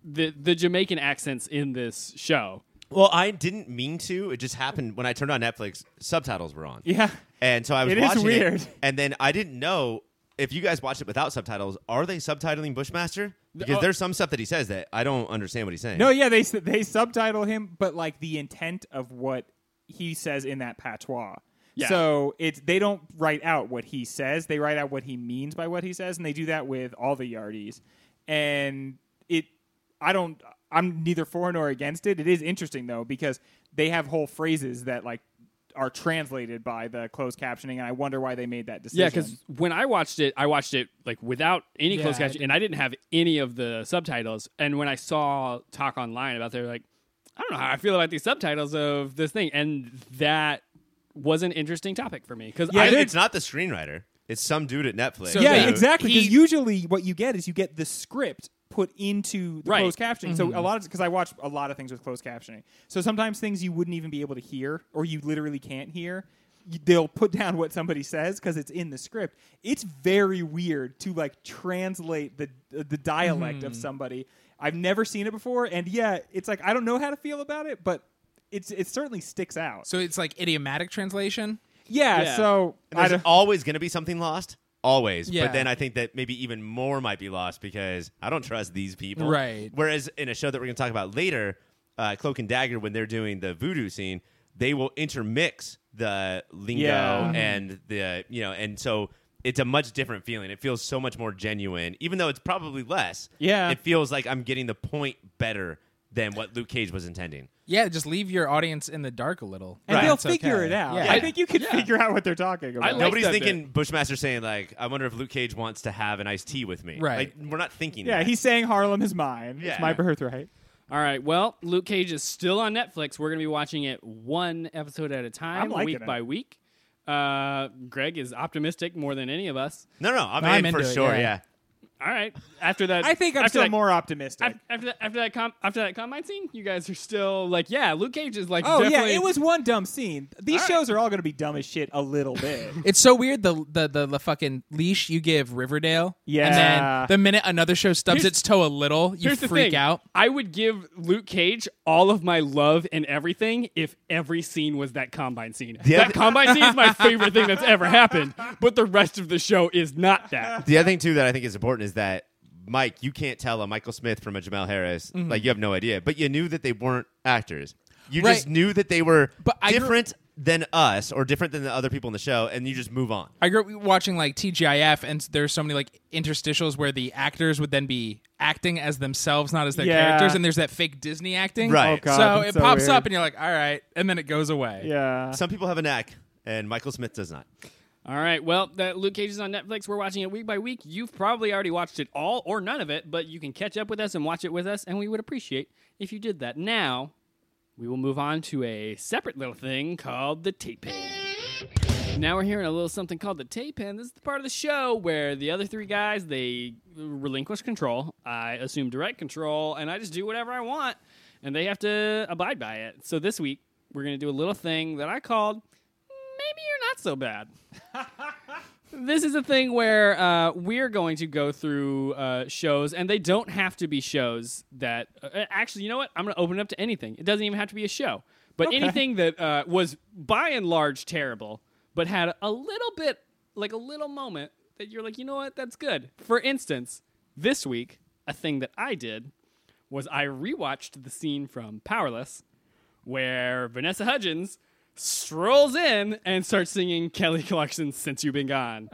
A: the the Jamaican accents in this show?
C: Well, I didn't mean to. It just happened when I turned on Netflix. Subtitles were on.
B: Yeah.
C: And so I was
B: It is
C: watching
B: weird.
C: it, and then I didn't know if you guys watched it without subtitles. Are they subtitling Bushmaster? Because
A: Oh.
C: there's some stuff that he says that I don't understand what he's saying.
B: No, yeah, they s- they subtitle him, but like the intent of what he says in that patois.
A: Yeah.
B: So it's they don't write out what he says; they write out what he means by what he says, and they do that with all the Yardies. And it, I don't, I'm neither for nor against it. It is interesting though because they have whole phrases that like are translated by the closed captioning, and I wonder why they made that decision.
A: Yeah, because when I watched it, I watched it like without any
D: Yeah,
A: closed
D: I
A: caption, and I didn't have any of the subtitles. And when I saw talk online about, they're like, I don't know how I feel about these subtitles of this thing, and that was an interesting topic for me because
B: Yeah,
A: I
C: And
B: they're-
C: it's not the screenwriter. It's some dude at Netflix.
D: So
B: yeah,
D: that-
B: exactly. Because
D: he-
B: usually what you get is you get the script put into the
A: Right.
B: closed captioning. So a lot of because I watch a lot of things with closed captioning. So sometimes things you wouldn't even be able to hear, or you literally can't hear. you- They'll put down what somebody says because it's in the script. It's very weird to like translate the uh, the dialect of somebody. I've never seen it before, and yeah, it's like I don't know how to feel about it, but it's it certainly sticks out.
D: So it's like idiomatic translation.
B: yeah,
A: Yeah.
B: so
C: And
B: I
C: there's
B: don't,
C: always going to be something lost. Always.
D: Yeah.
C: But then I think that maybe even more might be lost because I don't trust these people.
D: Right.
C: Whereas in a show that we're going to talk about later, uh, Cloak and Dagger, when they're doing the voodoo scene, they will intermix the lingo
B: Yeah.
C: and the, you know, and so it's a much different feeling. It feels so much more genuine, even though it's probably less.
B: Yeah.
C: It feels like I'm getting the point better than what Luke Cage was intending.
D: Yeah, just leave your audience in the dark a little.
B: and
C: Right.
B: they'll
D: It's
B: figure
D: okay.
B: it out.
D: Yeah.
B: I think you can
A: Yeah.
B: figure out what they're talking about.
A: like
C: Nobody's
A: that bit.
C: thinking Bushmaster saying like, "I wonder if Luke Cage wants to have an iced tea with me."
D: Right.
C: Like, we're not thinking.
B: Yeah,
C: that.
B: he's saying Harlem is mine.
C: Yeah.
B: It's my birthright.
A: All right. Well, Luke Cage is still on Netflix. We're going to be watching it one episode at a time,
B: I'm liking
A: week
B: it.
A: by week. Uh, Greg is optimistic more than any of us.
C: No, no, I'm,
D: I'm
C: in for
D: into it,
C: sure.
D: yeah.
C: yeah.
A: All right. After that,
B: I think I'm
A: after
B: still
A: that-
B: more optimistic.
A: af- After that, after that, com- after that combine scene, you guys are still like, yeah, Luke Cage is like,
B: oh
A: definitely-
B: yeah, it was one dumb scene. These
A: All right.
B: shows are all going to be dumb as shit a
A: (laughs)
B: little bit.
D: It's so weird the, the the the fucking leash you give Riverdale. And
B: Yeah.
D: then the minute another show stubs
A: Here's-
D: its toe a little, you
A: Here's the
D: freak
A: thing.
D: out.
A: I would give Luke Cage all of my love and everything if every scene was that combine scene. that
C: other-
A: combine scene is my favorite thing that's ever happened, but the rest of the show is not that.
C: The other thing too that I think is important is that Mike, you can't tell a Michael Smith from a Jamel Harris.
D: Mm-hmm.
C: Like you have no idea, but you knew that they weren't actors. You just
D: Right.
C: knew that they were
D: But I grew-
C: different than us or different than the other people in the show, and you just move on.
D: I grew up watching like TGIF, and there's so many like interstitials where the actors would then be acting as themselves, not as their
B: Yeah.
D: characters, and there's that fake Disney acting.
C: Right. Oh,
B: God,
D: so
B: that's
D: it
B: so
D: pops
B: weird.
D: up, and you're like, all right, and then it goes away.
B: yeah.
C: Some people have a knack, and Michael Smith does not.
A: All right, well, that Luke Cage is on Netflix. We're watching it week by week. You've probably already watched it all or none of it, but you can catch up with us and watch it with us, and we would appreciate if you did that. Now, we will move on to a separate little thing called the tape pen. Now we're hearing a little something called the tape pen. This is the part of the show where the other three guys they relinquish control. I assume direct control, and I just do whatever I want, and they have to abide by it. So this week we're gonna do a little thing that I called maybe you're not so bad. This is a thing where uh, we're going to go through uh, shows, and they don't have to be shows that. Uh, actually, you know what? I'm going to open it up to anything. It doesn't even have to be a show, but anything that uh, was by and large terrible, but had a little bit, like a little moment that you're like, you know what? That's good. For instance, this week, a thing that I did was I rewatched the scene from Powerless where Vanessa Hudgens strolls in and starts singing Kelly Clarkson's Since You've Been Gone.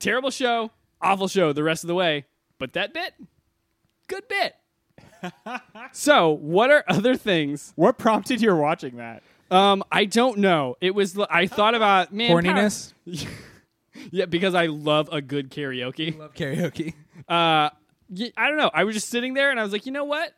A: Terrible show, awful show the rest of the way, but that bit, good bit. so, what are other things?
B: What prompted your watching that?
A: Um, I don't know. It was l- I thought about man Power-
D: Horniness.
A: yeah, because I love a good karaoke.
D: Love karaoke.
A: Uh, y- I don't know. I was just sitting there and I was like, you know what?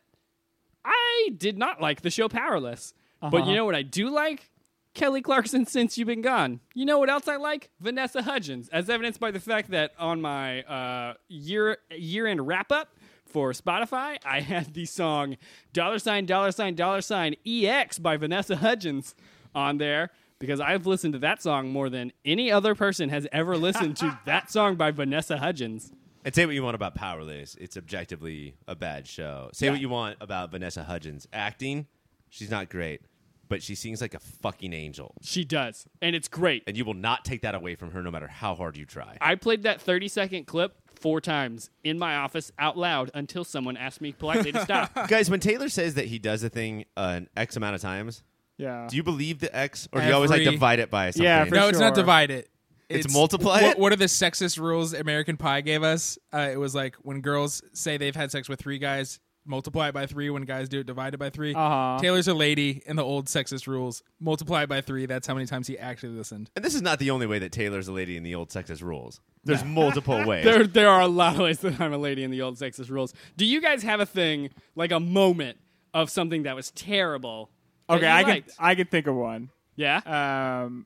A: I did not like the show Powerless. But you know what I do like? Kelly Clarkson since you've been gone. You know what else I like? Vanessa Hudgens, as evidenced by the fact that on my uh, year year end wrap up for Spotify, I (laughs) had the song dollar sign dollar sign dollar sign EX by Vanessa Hudgens on there because I've listened to that song more than any other person has ever listened to that song by Vanessa Hudgens.
C: And say what you want about Powerless. It's objectively a bad show. Say what you want about Vanessa Hudgens acting. She's not great, but she sings like a fucking angel.
A: She does, and it's great.
C: And you will not take that away from her no matter how hard you try.
A: I played that 30 second clip four times in my office out loud until someone asked me politely to (laughs) stop.
C: Guys, when Taylor says that he does a thing uh, an X amount of times,
B: Yeah.
C: do you believe the X or do you always like
D: Every-
C: divide it by something?
B: Yeah, for
D: no, it's not
B: sure.
D: divide it.
C: It's multiply
D: What,
C: it?
D: what are the sexist rules American Pie gave us? Uh, it was like when girls say they've had sex with three guys, multiply it by three when guys do it divided by 3
B: Uh-huh.
D: Taylor's a lady in the old sexist rules. Multiply it by three. That's how many times he actually listened.
C: And this is not the only way that Taylor's a lady in the old sexist rules.
B: (laughs)
C: There's multiple ways.
A: There, there are a lot of ways that I'm a lady in the old sexist rules. Do you guys have a thing like a moment of something that was terrible? that
B: Okay,
A: you
B: I can
A: liked?
B: I can think of one.
A: yeah.
B: Um,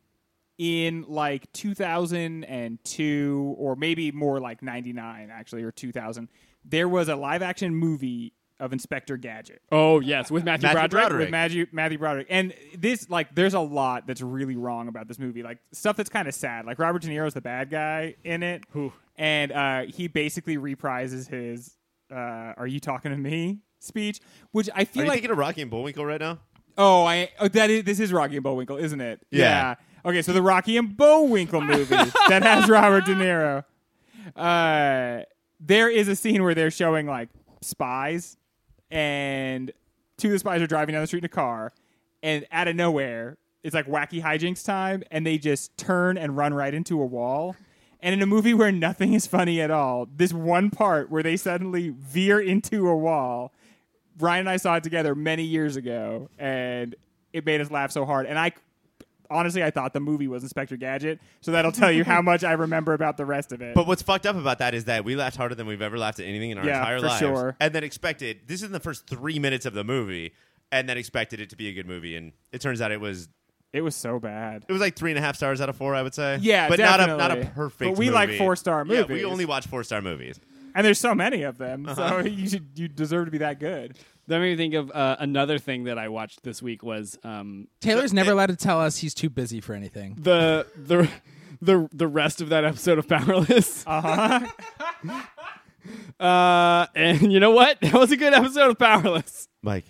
B: in like 2002 or maybe more like 99 actually or 2000, there was a live action movie of Inspector Gadget.
A: oh yes, with Matthew,
C: Matthew
A: Broderick.
C: Broderick.
B: with Matthew, Matthew Broderick. And this, like, there's a lot that's really wrong about this movie. Like, stuff that's kind of sad. Like, Robert De Niro's the bad guy in it. And uh, he basically reprises his uh, Are You Talking to Me? speech, which I
C: Are
B: feel
C: you
B: like.
C: thinking of Rocky and Bullwinkle right now?
B: oh, I. Oh, that is, this is Rocky and Bullwinkle, isn't it?
C: Yeah.
B: Okay, so the Rocky and Bullwinkle
C: (laughs)
B: movie that has Robert De Niro. Uh, there is a scene where they're showing like spies, and two of the spies are driving down the street in a car, and out of nowhere, it's like wacky hijinks time, and they just turn and run right into a wall. And in a movie where nothing is funny at all, this one part where they suddenly veer into a wall, Ryan and I saw it together many years ago, and it made us laugh so hard. And I honestly, I thought the movie was Inspector Gadget, so that'll tell you how much I remember about the rest of it.
C: But what's fucked up about that is that we laughed harder than we've ever laughed at anything in our
B: Yeah,
C: entire
B: for
C: lives.
B: sure.
C: And then expected this is in the first three minutes of the movie, and then expected it to be a good movie, and it turns out it was
B: it was so bad.
C: it was like three and a half stars out of four, I would say.
B: Yeah,
C: but not a not a
B: definitely.
C: perfect.
B: But we like
C: movie.
B: four-star
C: Yeah, we
B: movies.
C: only watch four star movies.
B: And there's so many of them, so (laughs) you should you deserve to be that good.
A: That made me think of uh, another thing that I watched this week was um,
D: Taylor's never allowed to tell us he's too busy for anything.
A: the the the the rest of that episode of (laughs) Powerless. Uh-huh. (laughs) Uh, and you know what? That was a good episode of Powerless.
C: Mike,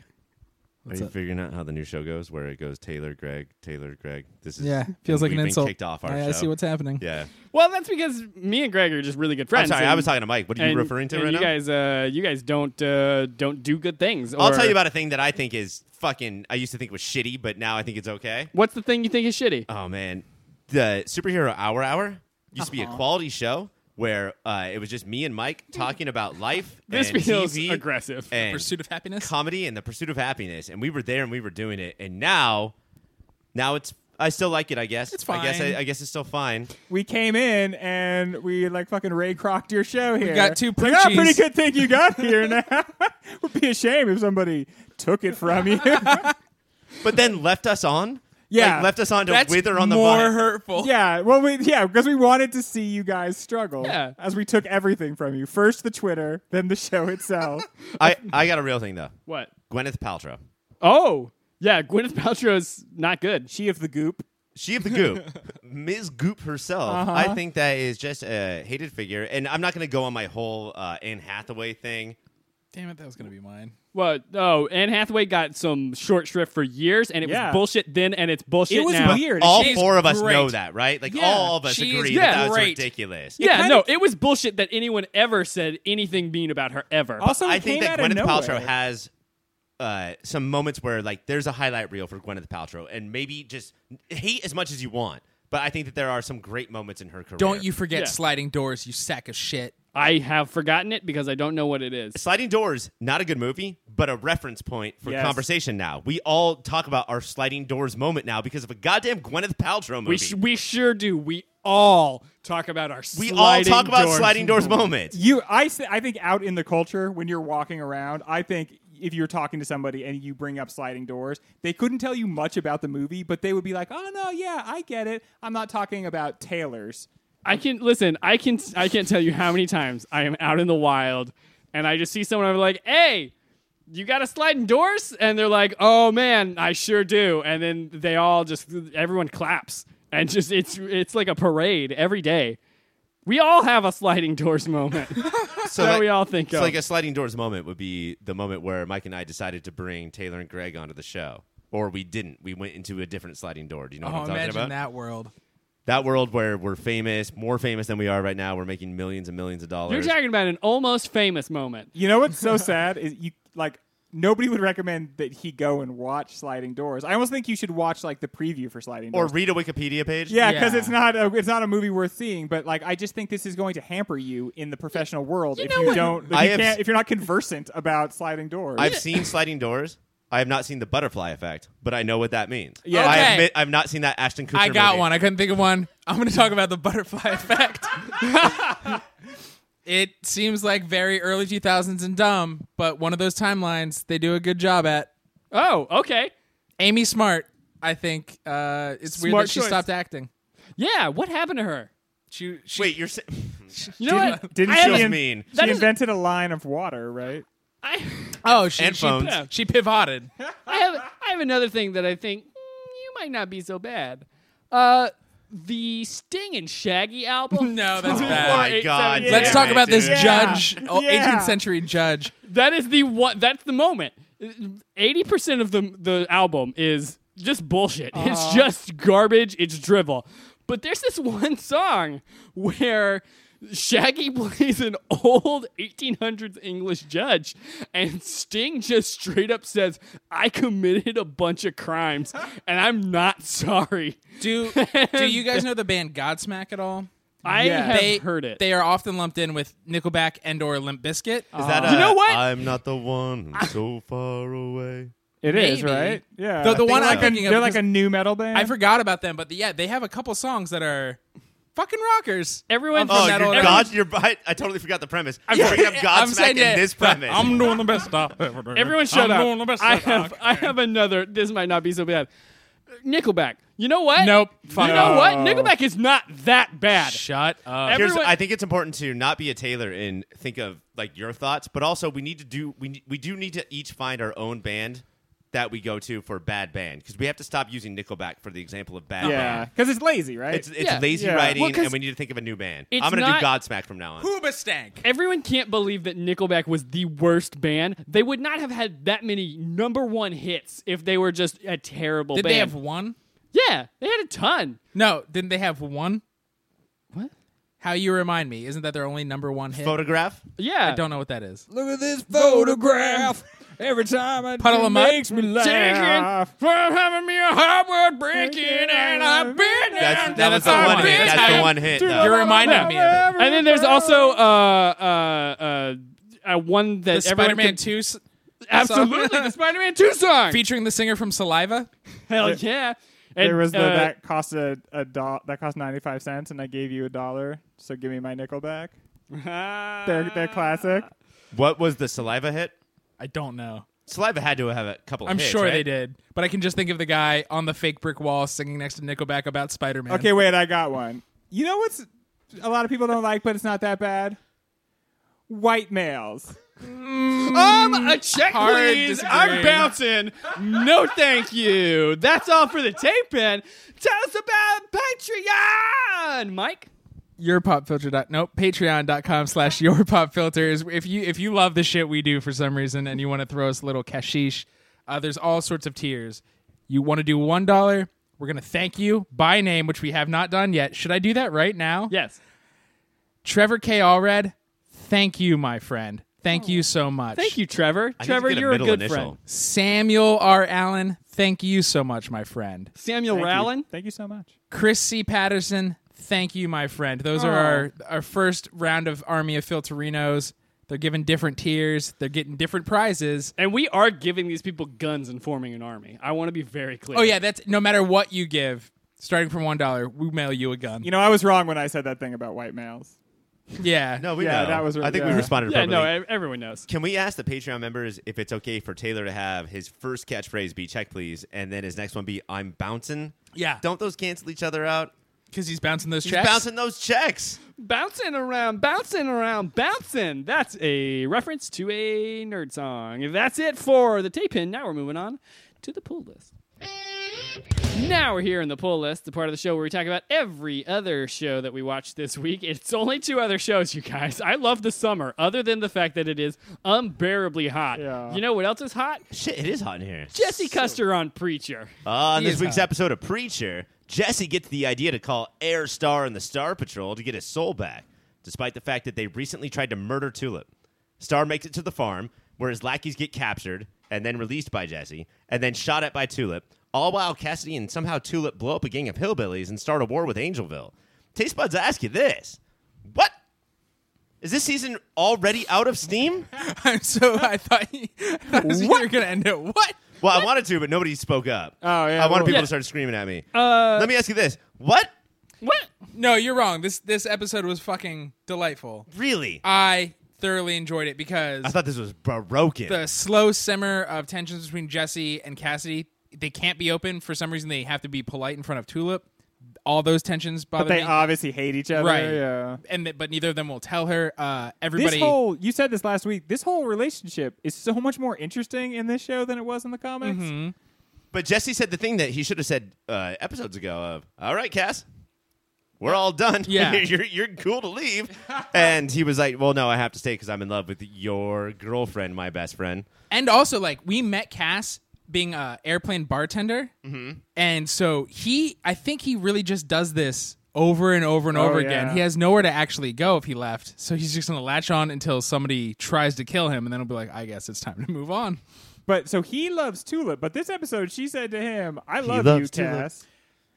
C: are you figuring out how the new show goes? Where it goes, Taylor, Greg, Taylor, Greg. This is
D: Yeah, feels like
C: we've
D: an
C: been
D: insult.
C: Kicked off our
D: I,
C: show.
D: I see what's happening.
C: Yeah,
A: Well, that's because me and Greg are just really good
C: I'm
A: friends.
C: sorry. I
A: and-
C: was talking to Mike. What are you
A: and-
C: referring to
A: and
C: right
A: you
C: now?
A: guys, uh, you guys don't uh, don't do good things.
C: I'll
A: or-
C: tell you about a thing that I think is fucking. I used to think was shitty, but now I think it's okay.
A: What's the thing you think is shitty?
C: Oh man, the superhero hour hour used to be a
D: Uh-huh.
C: quality show where uh, it was just me and Mike talking about
D: (laughs)
C: life.
A: This
C: and
A: feels
C: TV
A: aggressive.
C: and
D: Pursuit of happiness.
C: comedy and the pursuit of happiness, and we were there and we were doing it, and now, now it's. I still like it. I guess
D: It's
C: I guess
D: fine.
C: I, I guess it's still fine.
B: We came in and we like fucking Ray Crocked your show here.
D: got two
B: Like, oh,
D: preachies.
B: pretty good thing you got here now. (laughs) Would be a shame if somebody took it from you. (laughs)
C: But then left us on.
B: Yeah.
C: Like, left us on to
D: That's
C: wither on the
D: more
C: vine.
D: hurtful.
B: yeah, well, we yeah because we wanted to see you guys struggle.
A: Yeah.
B: as we took everything from you first the Twitter, then the show itself.
C: I I got a real thing though.
A: What?
C: Gwyneth Paltrow.
A: Oh, yeah. Gwyneth Paltrow's not good.
B: she of the goop.
C: She of the Goop, Ms. Goop herself. I think that is just a hated figure, and I'm not going to go on my whole uh, Anne Hathaway thing.
D: Damn it, that was gonna be mine.
A: Well, oh, Anne Hathaway got some short shrift for years, and it
B: Yeah.
A: was bullshit then, and it's bullshit
B: It was
A: now.
B: weird.
C: All
D: She's
C: four of us
D: great.
C: know that, right? Like
D: Yeah,
C: all of us
D: she is
C: agree
A: Yeah.
C: that that's
D: great.
C: ridiculous.
A: Yeah,
B: kinda-
A: no, it was bullshit that anyone ever said anything mean about her ever.
B: (laughs) Also,
C: I
B: it
C: think
B: came
C: that
B: out of
C: Gwyneth
B: nowhere.
C: Paltrow has uh, some moments where like there's a highlight reel for Gwyneth Paltrow, and maybe just hate as much as you want, but I think that there are some great moments in her career.
D: Don't you forget
A: Yeah.
D: sliding doors, you sack of shit.
A: I have forgotten it because I don't know what it is.
C: Sliding Doors, not a good movie, but a reference point for
B: Yes.
C: conversation now. We all talk about our Sliding Doors moment now because of a goddamn Gwyneth Paltrow movie.
A: We, sh- we sure do. We all talk about our
C: We all talk about
A: doors.
C: sliding
B: (laughs)
C: doors moments.
B: you I, s- I think out in the culture when you're walking around i think if you're talking to somebody and you bring up sliding doors they couldn't tell you much about the movie but they would be like oh no yeah i get it i'm not talking about tailors
A: I can listen. I can I can't tell you how many times I am out in the wild and I just see someone. I'm like, hey. You got a sliding doors? And they're like, oh man, I sure do. And then they all just, everyone claps. And just, it's it's like a parade every day. We all have a sliding doors
C: (laughs)
A: moment.
C: So
A: that we all think
C: so
A: of.
C: like a sliding doors moment would be the moment where Mike and I decided to bring Taylor and Greg onto the show. Or we didn't. We went into a different sliding door. Do you know what
D: Oh,
C: I'm talking
D: imagine
C: about?
D: that world.
C: That world where we're famous, more famous than we are right now. We're making millions and millions of dollars.
A: You're talking about an almost famous moment.
B: you know what's so sad is you like nobody would recommend that he go and watch Sliding Doors. I almost think you should watch like the preview for Sliding
C: or
B: Doors.
C: read a Wikipedia page.
B: yeah, because
D: Yeah.
B: it's not a it's not a movie worth seeing. But like, I just think this is going to hamper you in the professional world if
D: know
B: you
D: what?
B: don't if
C: I
B: you
C: have-
B: can't if you're not conversant about sliding doors.
C: I've seen sliding doors. I have not seen the butterfly effect, but I know what that means.
B: Yeah.
C: I
D: Okay.
C: admit I've not seen that Ashton Kutcher.
D: I got
C: movie.
D: one. I couldn't think of one. I'm going to talk about the (laughs) butterfly effect. it seems like very early 2000s and dumb, but one of those timelines they do a good job at.
A: Oh, okay.
D: Amy Smart, I think. Uh, it's weird
A: Smart
D: that she
A: choice.
D: stopped acting.
A: Yeah, what happened to her?
D: She, she
C: Wait, you're. Sa-
A: You know
B: Didn't-
A: what?
B: (laughs) didn't
A: I
B: she
A: haven't-
C: just
B: in-
C: mean.
B: she
A: That is-
B: invented a line of water, right?
A: I, (laughs)
D: oh she
C: and
D: she,
C: phones.
D: yeah. she pivoted.
A: I have I have another thing that I think mm, you might not be so bad. Uh, the Sting and Shaggy album.
C: (laughs)
D: No, that's
A: Four,
D: bad.
C: Oh My
A: eight,
C: God,
A: seven,
C: damn
D: Let's
A: yeah.
D: talk
C: it,
D: about this
C: dude.
D: judge, oh,
B: Yeah.
D: 18th century judge.
A: That is the one. That's the moment. Eighty percent of the the album is just bullshit. It's just garbage. It's drivel. But there's this (laughs) one song where Shaggy plays an old 1800s English judge, and Sting just straight up says, "I committed a bunch of crimes, and I'm not sorry."
D: Do do you guys know the band Godsmack at all?
A: I
B: Yeah.
A: have heard it.
D: They are often lumped in with Nickelback and or Limp Bizkit.
C: Is that a,
A: You know what?
C: I'm not the one who's so far away.
B: It is
D: Maybe.
B: right. Yeah,
D: The- the one
B: They're
D: I'm
B: like a-
D: thinking of
B: They're like
D: because-
B: a new metal band.
D: I forgot about them, but the, yeah, they have a couple songs that are fucking rockers.
A: Everyone-
D: I'm from
C: Oh,
A: that
C: you're
A: old-
C: God, you're, I, I totally forgot the premise. I'm
D: Yeah,
C: bringing up
D: yeah, I'm
C: Godsmack
D: saying
C: in
D: that-
C: this
D: that
C: premise.
D: I'm doing the best stuff.
A: Everyone shut up. I have I have another. This might not be so bad. Nickelback. You know what?
D: Nope.
A: You
D: Fuck
A: know
D: off.
A: what? Nickelback is not that bad.
D: Shut up.
A: Every-
C: Here's,
A: everyone-
C: I think it's important to not be a tailor and think of like your thoughts, but also we need to do we ne- we do need to each find our own band that we go to for bad band because we have to stop using Nickelback for the example of bad
B: Yeah,
C: band.
B: because it's lazy, right?
C: It's it's
A: Yeah.
C: lazy
B: Yeah.
C: writing,
A: Well, 'cause
C: and we need to think of a new band.
A: it's
C: I'm gonna
A: not-
C: do Godsmack from now on.
D: Hoobastank.
A: Everyone can't believe that Nickelback was the worst band. They would not have had that many number one hits if they were just a terrible
D: Did
A: band.
D: they have one?
A: yeah, they had a ton.
D: No, didn't they have one?
A: What?
D: How you remind me? Isn't that their only number one hit?
C: Photograph.
A: Yeah.
D: I don't know what that is.
B: Look at this photograph. Every time I
D: Puddle of mud?
B: makes me
A: Taken
B: laugh.
A: for having me a heartbreaking and I've been
C: That's,
A: down.
C: no, that's the
D: I've
C: one hit.
D: been
C: That's the
D: tied
C: one hit.
B: to
C: though.
B: the
D: You're reminding me of it.
A: and then there's
B: (laughs)
A: also uh uh uh, uh one that
D: The
A: everyone
D: Spider-Man
A: can-
D: 2 s-
A: Absolutely,
D: song.
A: the Spider-Man Two song.
D: (clears throat) featuring the singer from Saliva.
A: Hell yeah! And,
B: There was the,
A: uh,
B: that cost a, a do- that cost ninety five cents, and I gave you a dollar. So give me my nickel back. (laughs) They're they're classic.
C: What was the saliva hit?
D: I don't know.
C: Saliva had to have a couple.
D: I'm
C: hits,
D: sure
C: right?
D: they did, but I can just think of the guy on the fake brick wall singing next to Nickelback about Spider-Man.
B: Okay, wait, I got one. You know what's a lot of people don't like, but it's not that bad. White males.
A: um, a check
D: Hard
A: please. I'm
D: disagreeing.
A: bouncing. No, thank you. That's all for the tape in. Tell us about Patreon, Mike.
D: yourpopfilter dot nope patreon.com slash yourpopfilters if you if you love the shit we do for some reason and you want to throw us a little cashish uh, there's all sorts of tiers you want to do one dollar we're gonna thank you by name which we have not done yet should i do that right now
A: Yes.
D: trevor k allred thank you my friend Oh, thank you so much
A: Thank you, Trevor.
C: I need to
A: Trevor,
C: get a
A: you're a
C: middle
A: good
C: initial.
A: friend.
D: samuel r allen thank you so much my friend
A: Samuel
B: Thank you.
A: Rowland.
B: Thank you so much.
D: Chris C. Patterson, thank you, my friend. Those are our,
C: Oh.
D: our first round of Army of Filterinos. They're given different tiers, they're getting different prizes.
A: And we are giving these people guns and forming an army. I want to be very clear.
D: Oh, yeah, that's no matter what you give, starting from $1, we mail you a gun.
B: You know, I was wrong when I said that thing about white males.
D: yeah.
C: No, we
B: Yeah,
C: know.
B: that was-
C: I think we
B: yeah.
C: responded.
A: Yeah,
C: appropriately.
A: no, e- everyone knows.
C: Can we ask the Patreon members if it's okay for Taylor to have his first catchphrase be check please and then his next one be I'm bouncing?
D: Yeah.
C: Don't those cancel each other out?
D: Because he's bouncing those
C: He's
D: checks.
C: bouncing those checks.
A: Bouncing around, bouncing around, bouncing. That's a reference to a nerd song. That's it for the tape in. Now we're moving on to the pull list. Now we're here in the pull list, the part of the show where we talk about every other show that we watched this week. It's only two other shows, you guys. I love the summer, other than the fact that it is unbearably hot.
B: Yeah.
A: You know what else is hot?
C: Shit, it is hot in here.
A: Jesse Custer on Preacher.
C: Uh, on
D: He
C: this
D: is
C: week's
D: hot.
C: episode of Preacher, Jesse gets the idea to call Air Star and the Star Patrol to get his soul back, despite the fact that they recently tried to murder Tulip. Star makes it to the farm where his lackeys get captured and then released by Jesse, and then shot at by Tulip, all while Cassidy and somehow Tulip blow up a gang of hillbillies and start a war with Angelville. Taste buds, I ask you this: What is this season already out of steam?
D: (laughs) I'm so I thought, you- (laughs) I thought this was- you were gonna end it. What?
C: Well, I wanted to, but nobody spoke up.
B: Oh, yeah,
C: I wanted
B: well-
C: people
A: Yeah.
C: to start screaming at me. Uh, Let me ask you this: What
A: What?
D: No, you're wrong. This this episode was fucking delightful.
C: really?
D: I thoroughly enjoyed it because
C: I thought this was broken.
D: the slow simmer of tensions between Jesse and Cassidy. They can't be open for some reason. They have to be polite in front of Tulip. All those tensions bother
B: But they
D: me.
B: obviously hate each other.
D: right.
B: Yeah.
D: And th- but neither of them will tell her. Uh,
B: This
D: everybody.
B: whole you said this last week. This whole relationship is so much more interesting in this show than it was in the comics.
D: Mm-hmm.
C: But Jesse said the thing that he should have said uh, episodes ago of, all right, Cass, we're all done. (laughs)
D: Yeah.
C: you're, you're cool to leave. and he was like, well, no, I have to stay because I'm in love with your girlfriend, my best friend.
D: and also like we met Cass being a airplane bartender, and so he, I think he really just does this over and over and
B: Oh,
D: over
B: yeah.
D: again. He has nowhere to actually go if he left, so he's just gonna latch on until somebody tries to kill him, and then he'll be like, I guess it's time to move on.
B: But so he loves Tulip. But this episode, she said to him, "I love you,
C: loves Tulip.
B: Cass."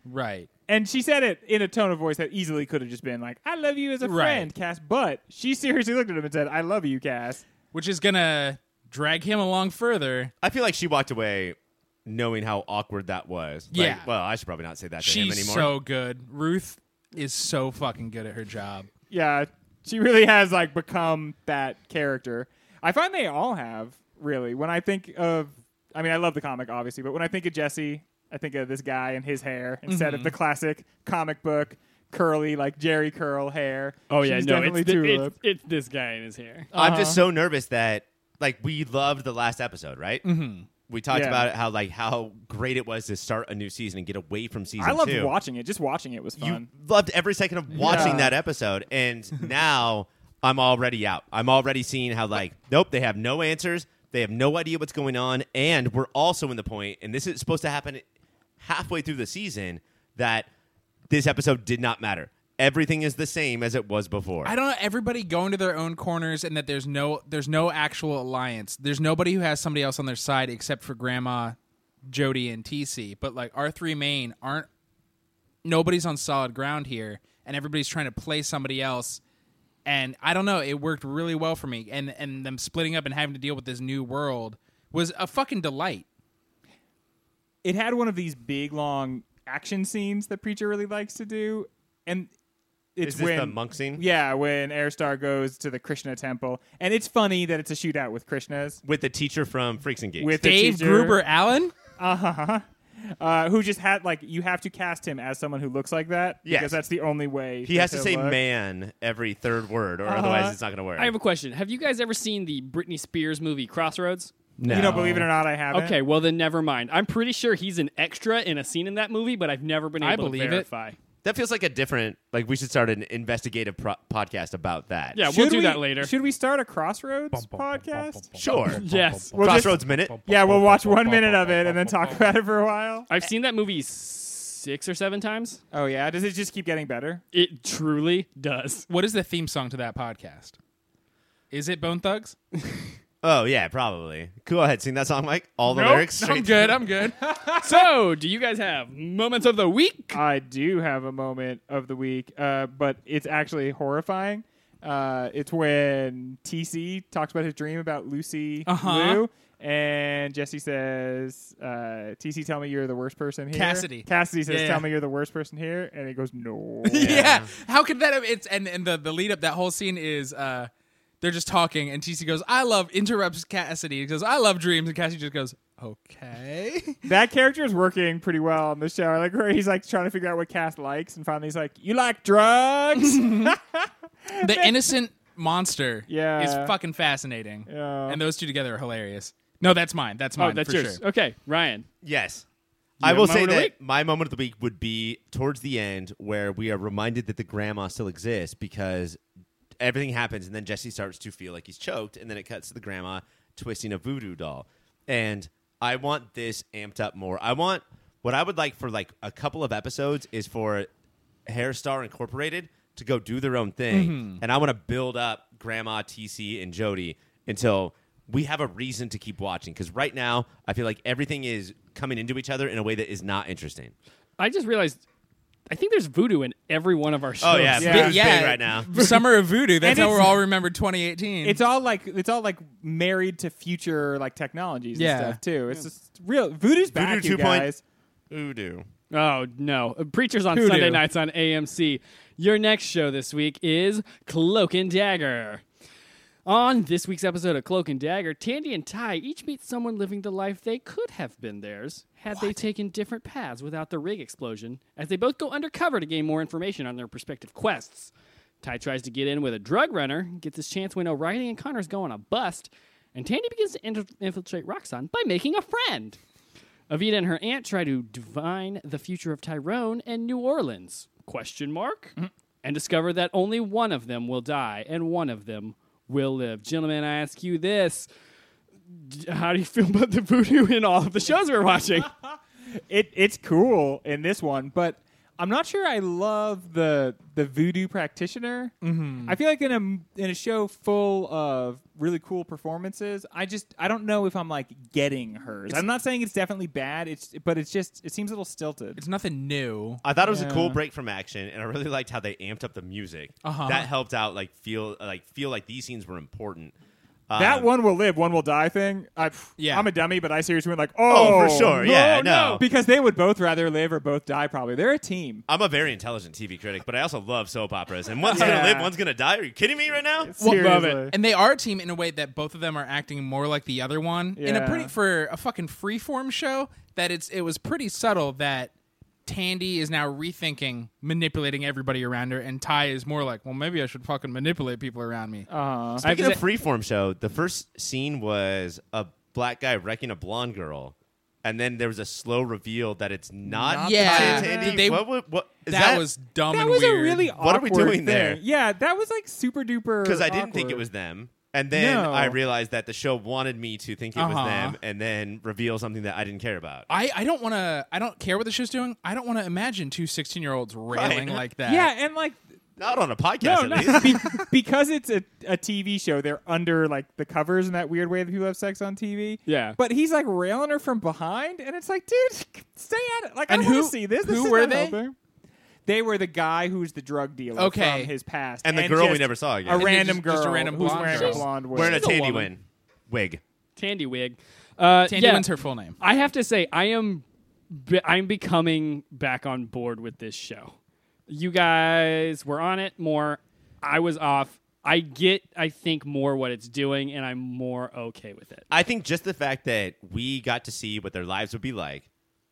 D: Right.
B: And she said it in a tone of voice that easily could have just been like, "I love you as a
D: Right.
B: friend, Cass." But she seriously looked at him and said, "I love you, Cass."
D: which is gonna drag him along further.
C: I feel like she walked away knowing how awkward that was. Like,
D: Yeah.
C: well, I should probably not say that to him
D: She's
C: anymore.
D: so good. Ruth is so fucking good at her job.
B: Yeah, she really has like become that character. I find they all have really. When I think of, I mean, I love the comic obviously, but when I think of Jesse, I think of this guy and his hair instead
C: Mm-hmm.
B: of the classic comic book curly like Jerry curl hair.
A: Oh yeah,
B: She's
A: no,
B: definitely
A: it's, thi-
B: Tulip.
A: it's it's this guy in his hair.
C: I'm just
D: uh-huh.
C: so nervous that, like, we loved the last episode, right? Mm-hmm. We talked
B: Yeah.
C: about it, how, like, how great it was to start a new season and get away from season
B: I loved
C: two.
B: watching it. Just watching it was
C: you
B: fun.
C: loved every second of watching
B: Yeah.
C: that episode and (laughs) now i'm already out i'm already seeing how like nope they have no answers they have no idea what's going on and we're also in the point and this is supposed to happen halfway through the season that this episode did not matter everything is the same as it was before
D: I don't know everybody going to their own corners and that there's no there's no actual alliance. There's nobody who has somebody else on their side except for grandma, Jody and TC, but like our three main aren't nobody's on solid ground here and everybody's trying to play somebody else and I don't know, it worked really well for me and and them splitting up and having to deal with this new world was a fucking delight.
B: it had one of these big long action scenes that Preacher really likes to do, and it's
C: is this
B: when
C: the monk scene
B: yeah, when Airstar goes to the Krishna temple, and it's funny that it's a shootout with Krishnas
C: with the teacher from freaks and geeks
B: with the
D: Dave
B: teacher,
D: Gruber Allen?
B: uh, who just had like you have to cast him as someone who looks like that
C: Yes.
B: because that's the only way
C: he has
B: for
C: to
B: him
C: say
B: look.
C: man every third word or
B: Uh-huh.
C: otherwise it's not going to work
A: I have a question. Have you guys ever seen the Britney Spears movie Crossroads?
C: no.
B: You know, believe it or not, I haven't.
A: Okay, well then never mind. I'm pretty sure he's an extra in a scene in that movie, but I've never been able
D: I believe
A: to
D: it.
A: verify.
C: that feels like a different like we should start an investigative pro- podcast about that
A: Yeah,
B: Should
A: we'll do
B: we-
A: that later.
B: Should we start a Crossroads podcast?
C: sure
A: Yes.
B: We'll just-
C: crossroads minute
B: yeah, we'll watch one minute of it and then talk about it for a while.
A: I've seen that movie six or seven times.
B: Oh yeah, does it just keep getting better?
A: It truly
D: (laughs)
A: does.
D: What is the theme song to that podcast? Is it Bone Thugs?
C: Oh yeah, probably. Go ahead, sing that song, Mike. All the lyrics. Straight
D: I'm good. I'm good.
A: So, do you guys have moments of the week?
B: I do have a moment of the week, uh, but it's actually horrifying. Uh, it's when TC talks about his dream about Lucy
D: Uh-huh.
B: Liu, and Jesse says, uh, "TC, tell me you're the worst person here."
D: Cassidy.
B: Cassidy says,
D: Yeah,
B: "Tell
D: yeah.
B: me you're the worst person here," and he goes, "No."
D: (laughs) (laughs) yeah. How could that have it's and, and the, the lead up that whole scene is uh they're just talking and TC goes, I love interrupts Cassidy. He goes, I love dreams, and Cassidy just goes, (laughs) Okay.
B: that character is working pretty well on the show. I Like where he's like trying to figure out what Cass likes, and finally he's like, "You like
D: (laughs)
B: drugs?"
D: the innocent monster
B: Yeah.
D: is fucking fascinating.
B: Yeah.
D: And those two together are hilarious. No, that's mine. That's mine
A: Oh, that's
D: for
A: yours.
D: sure.
A: Okay, Ryan.
C: (laughs) Yes. I will
A: have a
C: say
A: moment of the
C: that my moment of the week would be towards the end where we are reminded that the grandma still exists because everything happens and then Jesse starts to feel like he's choked and then it cuts to the grandma twisting a voodoo doll. And I want this amped up more. I want what I would like for like a couple of episodes is for Hairstar Incorporated to go do their own thing. And I want to build up grandma, TC and Jody until we have a reason to keep watching because right now I feel like everything is coming into each other in a way that is not interesting.
A: I just realized. I think there's voodoo in every one of our shows.
C: Oh yeah,
B: Yeah.
C: Voodoo's
D: yeah,
C: big right now.
D: Summer of Voodoo. That's
B: And
D: how we're
B: it's-
D: all remembered 2018.
B: It's all like it's all like married to future like technologies
D: Yeah.
B: and stuff too. It's just real voodoo's back,
C: Voodoo
B: you
C: 2.0.
B: guys.
C: Voodoo.
A: Oh no, Preachers on
D: Hoodoo.
A: Sunday nights on AMC. Your next show this week is Cloak and Dagger. On this week's episode of Cloak and Dagger, Tandy and Ty each meet someone living the life they could have been theirs had they taken different paths without the rig explosion, as they both go undercover to gain more information on their prospective quests. Ty tries to get in with a drug runner, gets his chance when O'Reilly and Connors go on a bust, and Tandy begins to inf- infiltrate Roxxon by making a friend. Avita and her aunt try to divine the future of Tyrone and New Orleans? Question mark.
D: Mm-hmm.
A: And discover that only one of them will die and one of them will live. Gentlemen, I ask you this: D- How do you feel about the voodoo in all of the shows we're
D: (laughs)
A: watching?
B: It it's cool in this one, but I'm not sure I love the the voodoo practitioner. Mm-hmm. I feel like in a in a show full of really cool performances, I just I don't know if I'm like getting hers. I'm not saying it's definitely bad. It's but it's just it seems a little stilted.
D: it's nothing new.
C: I thought it was a cool
B: Yeah.
C: break from action, and I really liked how they amped up the music.
D: Uh-huh.
C: That helped out, like feel like feel like these scenes were important. Um,
B: that one will live, one will die thing. I,
D: Yeah.
B: I'm a dummy, but I seriously went like, oh,
C: for sure. Yeah, no.
B: because they would both rather live or both die. Probably they're a team.
C: I'm a very intelligent TV critic, but I also love soap operas. And one's
B: Yeah.
C: gonna live, one's gonna die. Are you kidding me right now?
A: love
B: Seriously.
A: it.
D: And they are a team in a way that both of them are acting more like the other one. In a
B: Yeah.
D: pretty for a fucking freeform show that it's it was pretty subtle that Tandy is now rethinking manipulating everybody around her, and Ty is more like, well, maybe I should fucking manipulate people around me.
B: Uh,
C: Speaking
A: I-
C: of freeform show, the first scene was a black guy wrecking a blonde girl, and then there was a slow reveal that it's not.
D: Not
C: Ty
D: Yeah.
C: and Tandy.
D: Did they-
C: what, wa- what- is
D: that, was dumb
B: that
D: and
B: was
D: weird.
B: a really
C: What are we
B: awkward
C: doing there?
B: thing. Yeah, that was like super duper.
C: because I didn't think it
B: awkward.
C: was them. And then
B: No.
C: I realized that the show wanted me to think it
D: Uh-huh.
C: was them, and then reveal something that I didn't care about.
D: I, I don't want to. I don't care what the show's doing. I don't want to imagine two 16 year olds railing
B: (laughs)
C: Right.
D: like that.
B: Yeah, and like
C: Not on
B: no,
C: a podcast, at
B: no (laughs)
C: least.
B: be, because it's a, a TV show. They're under like the covers in that weird way that people have sex on TV.
A: Yeah.
B: but he's like railing her from behind, and it's like, dude, stay at it. Like
D: And
B: I don't
D: who-
B: want to see this.
D: who
B: This is
D: were
B: not
D: they?
B: helping. They were the guy who's the drug dealer
D: Okay.
B: from his past,
C: And the girl we
B: just
C: never saw again.
B: A
C: And
B: random
D: just-
B: girl,
D: just a random
B: who's
D: blonde
B: wearing
D: girl.
B: a blonde wig.
C: Wearing a
A: She's a
C: Tandy
A: woman.
C: win wig.
A: Tandy wig. Uh,
D: Tandy
A: yeah.
D: wins her full name.
A: I have to say, I am, be- I'm becoming back on board with this show. You guys were on it more. I was off. I get, I think, more what it's doing, and I'm more okay with it.
C: I think just the fact that we got to see what their lives would be like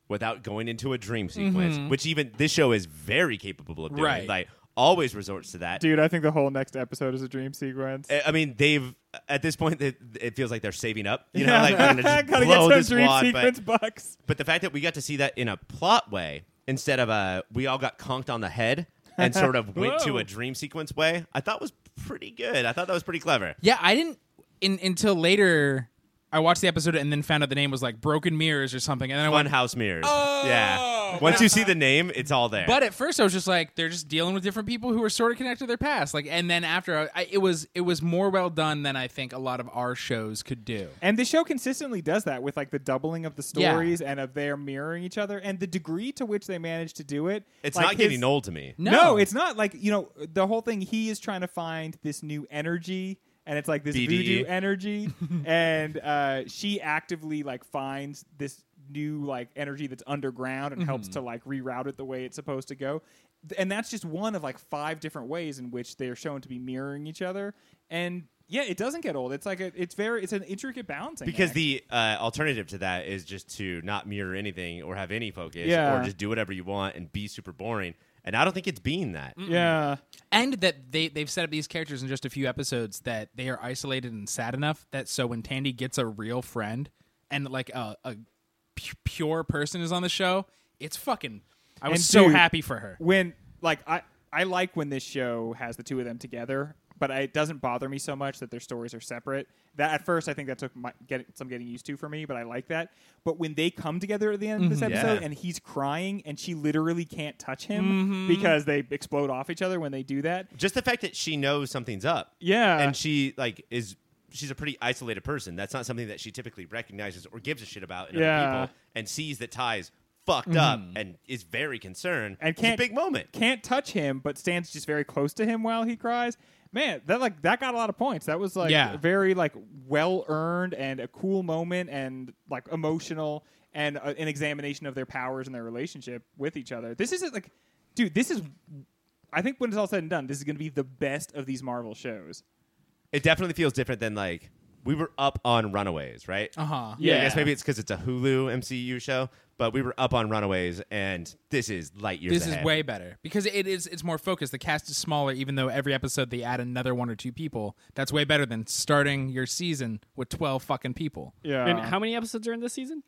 C: without going into a dream sequence,
B: Mm-hmm.
C: which even this show is very capable of doing.
D: Right.
C: Like always resorts to that.
B: Dude, I think the whole next episode is a dream sequence.
C: I- I mean, they've at this point it, it feels like they're saving up. You know,
B: Yeah. (laughs)
C: like we're gonna just
B: Gotta
C: blow
B: get
C: this
B: some dream
C: wad, but-
B: sequence bucks.
C: But the fact that we got to see that in a plot way instead of a we all got conked on the head and
B: (laughs)
C: sort of went to
A: Whoa.
C: a dream sequence way, I thought was pretty good. I thought that was pretty clever.
D: Yeah, I didn't in, until later. I watched the episode and then found out the name was like Broken Mirrors or something, and then I
C: One
D: went.
C: house mirrors.
B: Oh.
C: Yeah. Once you see the name, it's all there.
D: But at first, I was just like, they're just dealing with different people who are sort of connected to their past. Like, and then after, I, it was it was more well done than I think a lot of our shows could do.
B: And the show consistently does that with like the doubling of the
D: Yeah.
B: stories and of their mirroring each other and the degree to which they manage to do it.
C: it's
B: like,
C: not
B: his-
C: getting old to me.
D: No.
B: No. it's not like you know the whole thing. He is trying to find this new energy, and it's like this
C: BDE. (laughs)
B: voodoo energy, and uh, she actively like finds this new like energy that's underground and
C: Mm-hmm.
B: helps to like reroute it the way it's supposed to go. Th- And that's just one of like five different ways in which they are shown to be mirroring each other. And yeah, it doesn't get old. It's like a, it's very it's an intricate balancing
C: Because
B: act.
C: the uh, alternative to that is just to not mirror anything or have any focus
B: Yeah.
C: or just do whatever you want and be super boring. And I don't think it's being that.
B: yeah.
D: and that they they've set up these characters in just a few episodes that they are isolated and sad enough that so when Tandy gets a real friend and like a, a pu- pure person is on the show, it's fucking. I was
B: And
D: so
B: dude,
D: happy for her.
B: when like I I like when this show has the two of them together, but I, it doesn't bother me so much that their stories are separate. That at first I think that took my, get, some getting used to for me, but I like that. But when they come together at the end of
D: Mm-hmm.
B: this episode
C: Yeah.
B: and he's crying and she literally can't touch him
D: Mm-hmm.
B: because they explode off each other when they do that.
C: Just the fact that she knows something's up.
B: Yeah.
C: And she like is she's a pretty isolated person. That's not something that she typically recognizes or gives a shit about in
B: Yeah. Mm.
C: other people, and sees that Ty's fucked up and is very concerned.
B: and
C: It's
B: can't
C: a big moment.
B: Can't touch him, but stands just very close to him while he cries. Man, that like that got a lot of points. That was like
D: Yeah.
B: very like well earned and a cool moment and like emotional and uh, an examination of their powers and their relationship with each other. This isn't like, dude, this is. I think when it's all said and done, this is going to be the best of these Marvel shows.
C: It definitely feels different than like we were up on Runaways, right?
D: Uh huh.
C: Yeah, I guess
B: Yeah.
C: maybe it's because it's a Hulu MCU show, but we were up on Runaways, and this is light years.
D: This is
C: ahead.
D: way better because it is it's more focused. The cast is smaller, even though every episode they add another one or two people. That's way better than starting your season with twelve fucking people.
B: Yeah.
A: and how many episodes are in this season?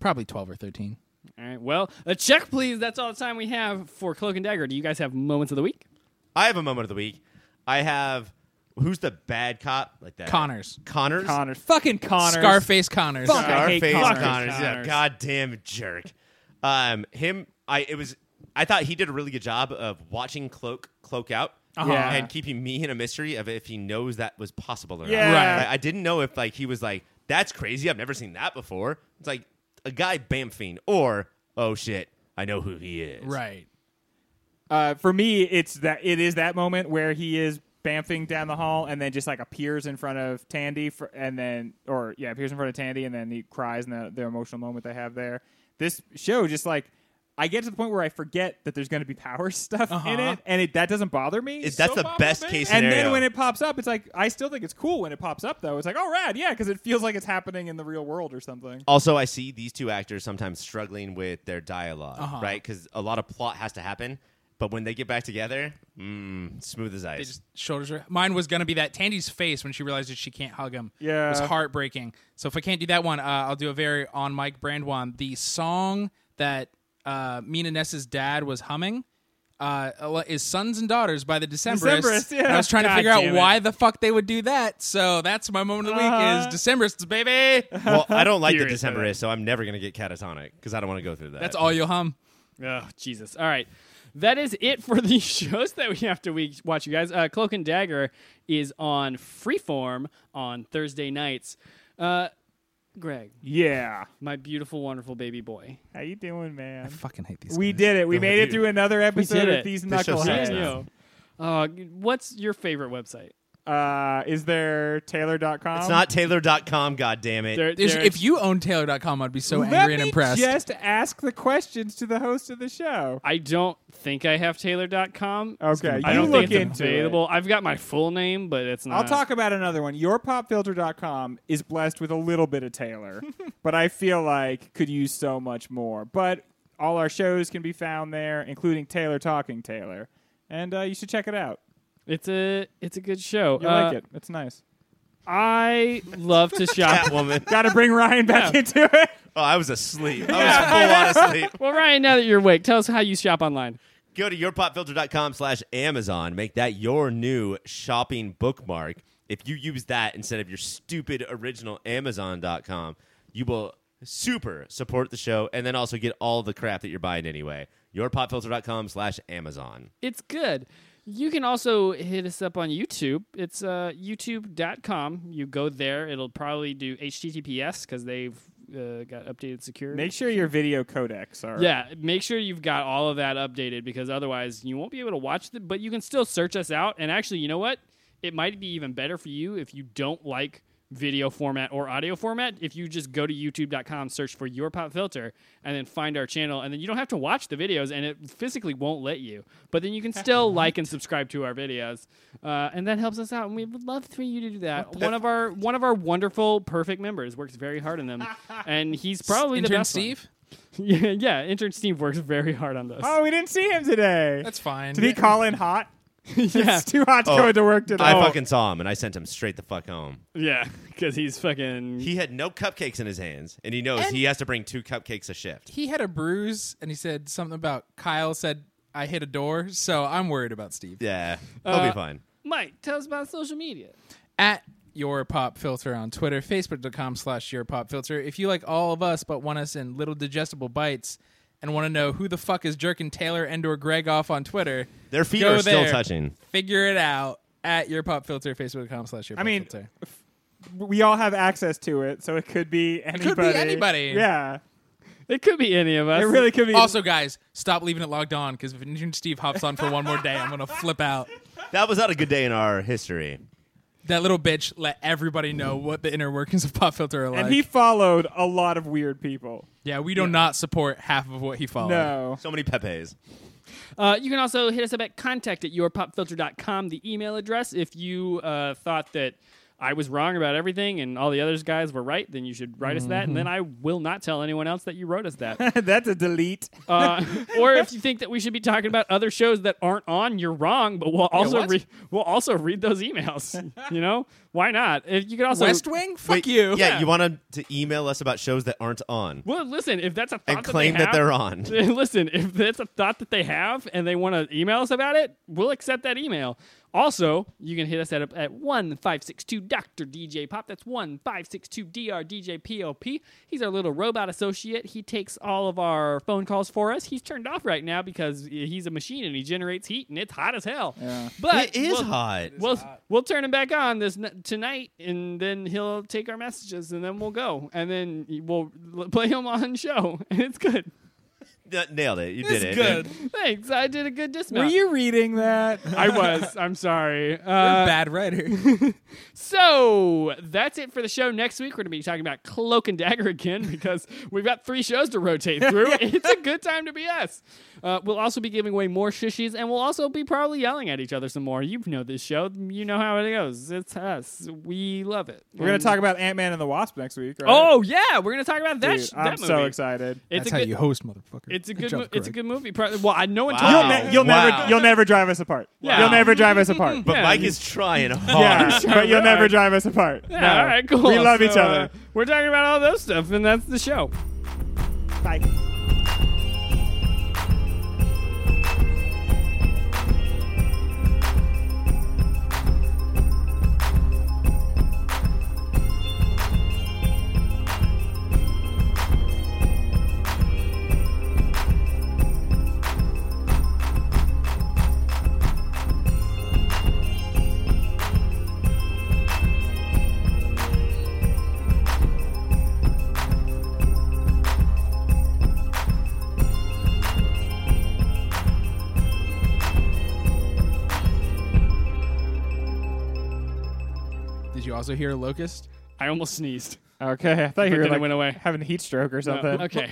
D: Probably twelve or thirteen.
A: All right. Well, a check, please. That's all the time we have for Cloak and Dagger. Do you guys have moments of the week?
C: I have a moment of the week. I have who's the bad cop like that?
D: Connors.
C: Connors.
B: Connors, fucking Connors,
D: Scarface Connors.
B: Fuck. I hate
C: Scarface
B: Connors.
C: Connors.
B: Fucking
C: Yeah,
B: Connors.
C: goddamn jerk. Um, him. I. It was. I thought he did a really good job of watching cloak cloak out.
B: Yeah.
C: And keeping me in a mystery of if he knows that was possible or
B: Yeah.
C: not.
B: Right.
C: Like, I didn't know if like he was like, "That's crazy. I've never seen that before." It's like a guy bamfing or "Oh shit, I know who he is."
D: Right.
B: Uh, for me, it's that it is that moment where he is bamfing down the hall and then just like appears in front of Tandy for, and then or yeah appears in front of Tandy and then he cries in the, the emotional moment they have there. This show just like I get to the point where I forget that there's going to be power (laughs) stuff in
D: Uh-huh.
B: it, and it, that doesn't bother me.
C: Is- that's the
D: So Bob
C: best
D: Obey-
C: case
B: and
C: scenario.
B: then when it pops up, it's like I still think it's cool when it pops up though. It's like oh rad, yeah, because it feels like it's happening in the real world or something.
C: Also, I see these two actors sometimes struggling with their dialog
D: Uh-huh.
C: right? Because a lot of plot has to happen. But when they get back together, mm, smooth as ice.
D: They just shoulders her. Mine was gonna be that Tandy's face when she realizes she can't hug him.
B: Yeah.
D: it was heartbreaking. So if I can't do that one, uh, I'll do a very on Mike brand one. The song that uh, Mina Ness's dad was humming. Uh, is Sons and Daughters by the Decemberists.
B: Decemberists, yeah.
D: And I was trying to
B: God
D: figure out
B: damn it.
D: why the fuck they would do that. So that's my moment of the
B: Uh-huh.
D: week is Decemberists, baby.
C: well, I don't like the
A: Furious,
C: December
A: man.
C: is, so I'm never going to get catatonic because I don't want to go through that.
D: That's all
A: (laughs)
D: you'll hum.
A: Oh, Jesus. All right. That is it for (laughs) the shows that we have to week watch, you guys. Uh, Cloak and Dagger is on Freeform on Thursday nights. Uh, Greg,
B: Yeah,
A: my beautiful, wonderful baby boy.
B: how you doing, man?
D: Fucking hate these.
B: We
D: guys.
B: did it. We
C: Oh,
B: made it
C: dude.
B: through another episode
A: did
B: of
A: it.
B: these
C: This show
B: knuckleheads.
C: sucks
A: Yeah,
C: now.
A: yo. Uh, what's your favorite website?
B: uh, is there Taylor.com?
C: It's not Taylor.com, God damn it.
A: There-
D: There's-
A: there-
D: If you own Taylor.com, I'd be so
B: Let
D: angry and
B: me
D: impressed.
B: just ask the questions to the host of the show.
A: I don't think I have Taylor.com.
B: Okay,
A: I
B: you
A: don't
B: look
A: think it's
B: into
A: available. I've got my full name, but it's not.
B: I'll talk about another one. Yourpopfilter.com is blessed with a little bit of Taylor, but I feel like could use so much more. But all our shows can be found there, including Taylor Talking Taylor. And uh, you should check it out.
A: It's a it's a good show.
B: You'll
A: Uh,
B: like it. It's nice.
A: I love
B: (laughs)
A: to shop.
D: (laughs)
C: Catwoman.
B: Got to bring Ryan back into it.
C: oh, I was asleep. I was full on asleep.
A: well, Ryan, now that you're awake, tell us how you shop online.
C: Go to yourpopfilter.com slash Amazon. Make that your new shopping bookmark. If you use that instead of your stupid original Amazon.com, you will super support the show and then also get all the crap that you're buying anyway. Yourpopfilter.com slash Amazon.
A: It's good. You can also hit us up on YouTube. It's uh, youtube.com. You go there, it'll probably do HTTPS because they've uh, got updated security.
B: Make sure your video codecs are.
A: Yeah, make sure you've got all of that updated because otherwise you won't be able to watch it, but you can still search us out. And actually, you know what? It might be even better for you if you don't like video format or audio format. If you just go to youtube.com, search for your pop filter, and then find our channel, and then you don't have to watch the videos, and it physically won't let you. But then you
D: (laughs)
A: can still like and subscribe to our videos, uh, and that helps us out. And we would love for you to do that. One of our one of our wonderful, perfect members works very hard on
D: (laughs)
A: them, and he's probably the
D: Intern
A: best. one.
D: Steve.
A: Yeah, yeah. Intern Steve works very hard on those.
B: Oh, we didn't see him today.
D: That's fine.
B: Did he call
A: (laughs)
B: in hot?
A: yeah,
B: It's too hot to go to work today.
C: Oh, I fucking saw him and I sent him straight the fuck home.
A: yeah, because he's fucking.
C: He had no cupcakes in his hands and he knows
D: And-
C: he has to bring two cupcakes a shift.
D: he had a bruise and he said something about Kyle said I hit a door, so I'm worried about Steve.
C: Yeah, he'll
D: Uh,
C: be fine.
A: Mike, tell us about social media.
D: At your pop filter on Twitter, Facebook.com slash your pop filter. If you like all of us but want us in little digestible bites and want to know who the fuck is jerking Taylor and or Greg off on Twitter,
C: Their feet
D: go
C: are still
D: there.
C: touching.
D: Figure it out at your pop filter, Facebook.com slash your
B: I
D: pop
B: mean,
D: filter.
B: f- we all have access to it, so it could be anybody.
D: could be anybody.
B: Yeah,
A: It could be any of us.
B: it really could be.
D: Also, guys, stop leaving it logged on because if Ninja Steve hops on for one more day, I'm gonna flip out.
C: That was not a good day in our history.
D: That little bitch let everybody know what the inner workings of Pop Filter are like.
B: and he followed a lot of weird people.
D: yeah, we do not support half of what he
A: Oh,
D: followed.
B: No,
C: So many Pepe's.
A: Uh, you can also hit us up at contact at yourpopfilter.com, the email address. If you uh, thought that I was wrong about everything and all the other guys were right, then you should write us that, and then I will not tell anyone else that you wrote us that. (laughs)
B: (laughs) that's a delete.
A: Uh, or if you think that we should be talking about other shows that aren't on, you're wrong, but we'll also,
D: what?
A: re- we'll also read those emails. (laughs) you know? Why not? If you can also...
D: West Wing, fuck
C: Wait,
D: you. (laughs)
C: Yeah, you want 'em to email us about shows that aren't on
A: Well, listen, if that's a thought
C: and claim
A: that,
C: that,
A: they have-
C: they're on.
A: (laughs) Listen, if that's a thought that they have and they want to email us about it, we'll accept that email. Also, you can hit us at, at 1562 Dr. DJ Pop. That's 1562 Dr. DJ POP. He's our little robot associate. He takes all of our phone calls for us. He's turned off right now because he's a machine and he generates heat and it's hot as hell. But
C: It is
A: we'll-
C: hot.
A: We'll, we'll turn him back on this n- tonight, and then he'll take our messages, and then we'll go, and then we'll l- play him on (laughs) show, and it's good.
C: N- Nailed it. You did it.
D: It's good. (laughs)
A: Thanks. I did a good
B: Were
A: dismount.
B: you reading that?
A: I was. I'm
B: (laughs)
A: sorry.
D: You're a
A: Uh,
D: bad (laughs) writer.
A: so that's it for the show. Next week, we're going to be talking about Cloak and Dagger again because (laughs) we've got three shows to
B: (laughs)
A: rotate through. It's a good time to be us. Uh, we'll also be giving away more shishies and we'll also be probably yelling at each other some more. You know this show. You know how it goes. It's us. We love it.
B: We're gonna talk about Ant Man and the Wasp next week. Right?
A: Oh, yeah. We're going to talk about that,
B: Dude,
A: sh- that
B: I'm
A: movie.
B: so excited.
A: It's
D: That's
A: a
D: how
A: good,
D: you host, motherfucker.
A: It's a good,
D: job,
A: mo- it's a
D: Greg.
A: good movie. Pro- Well, I, no one
C: Wow.
B: You'll,
A: told me.
B: ne- you'll
C: Wow.
B: never, you'll never drive us apart.
A: Yeah.
B: You'll never drive
A: (laughs)
B: us apart.
C: But
A: Yeah.
C: Mike is
A: (laughs)
C: trying hard.
B: yeah, but you'll
A: will.
B: never drive us apart.
A: Yeah, all right, cool.
B: We love each
A: So, uh,
B: other.
A: we're talking about all those stuff, and that's the show. uh,
B: Bye.
D: Did you also hear Locust?
A: I almost sneezed.
B: Okay, I thought
A: But
B: you were
A: then it
B: like
A: went away.
B: having a heat stroke or something.
A: okay.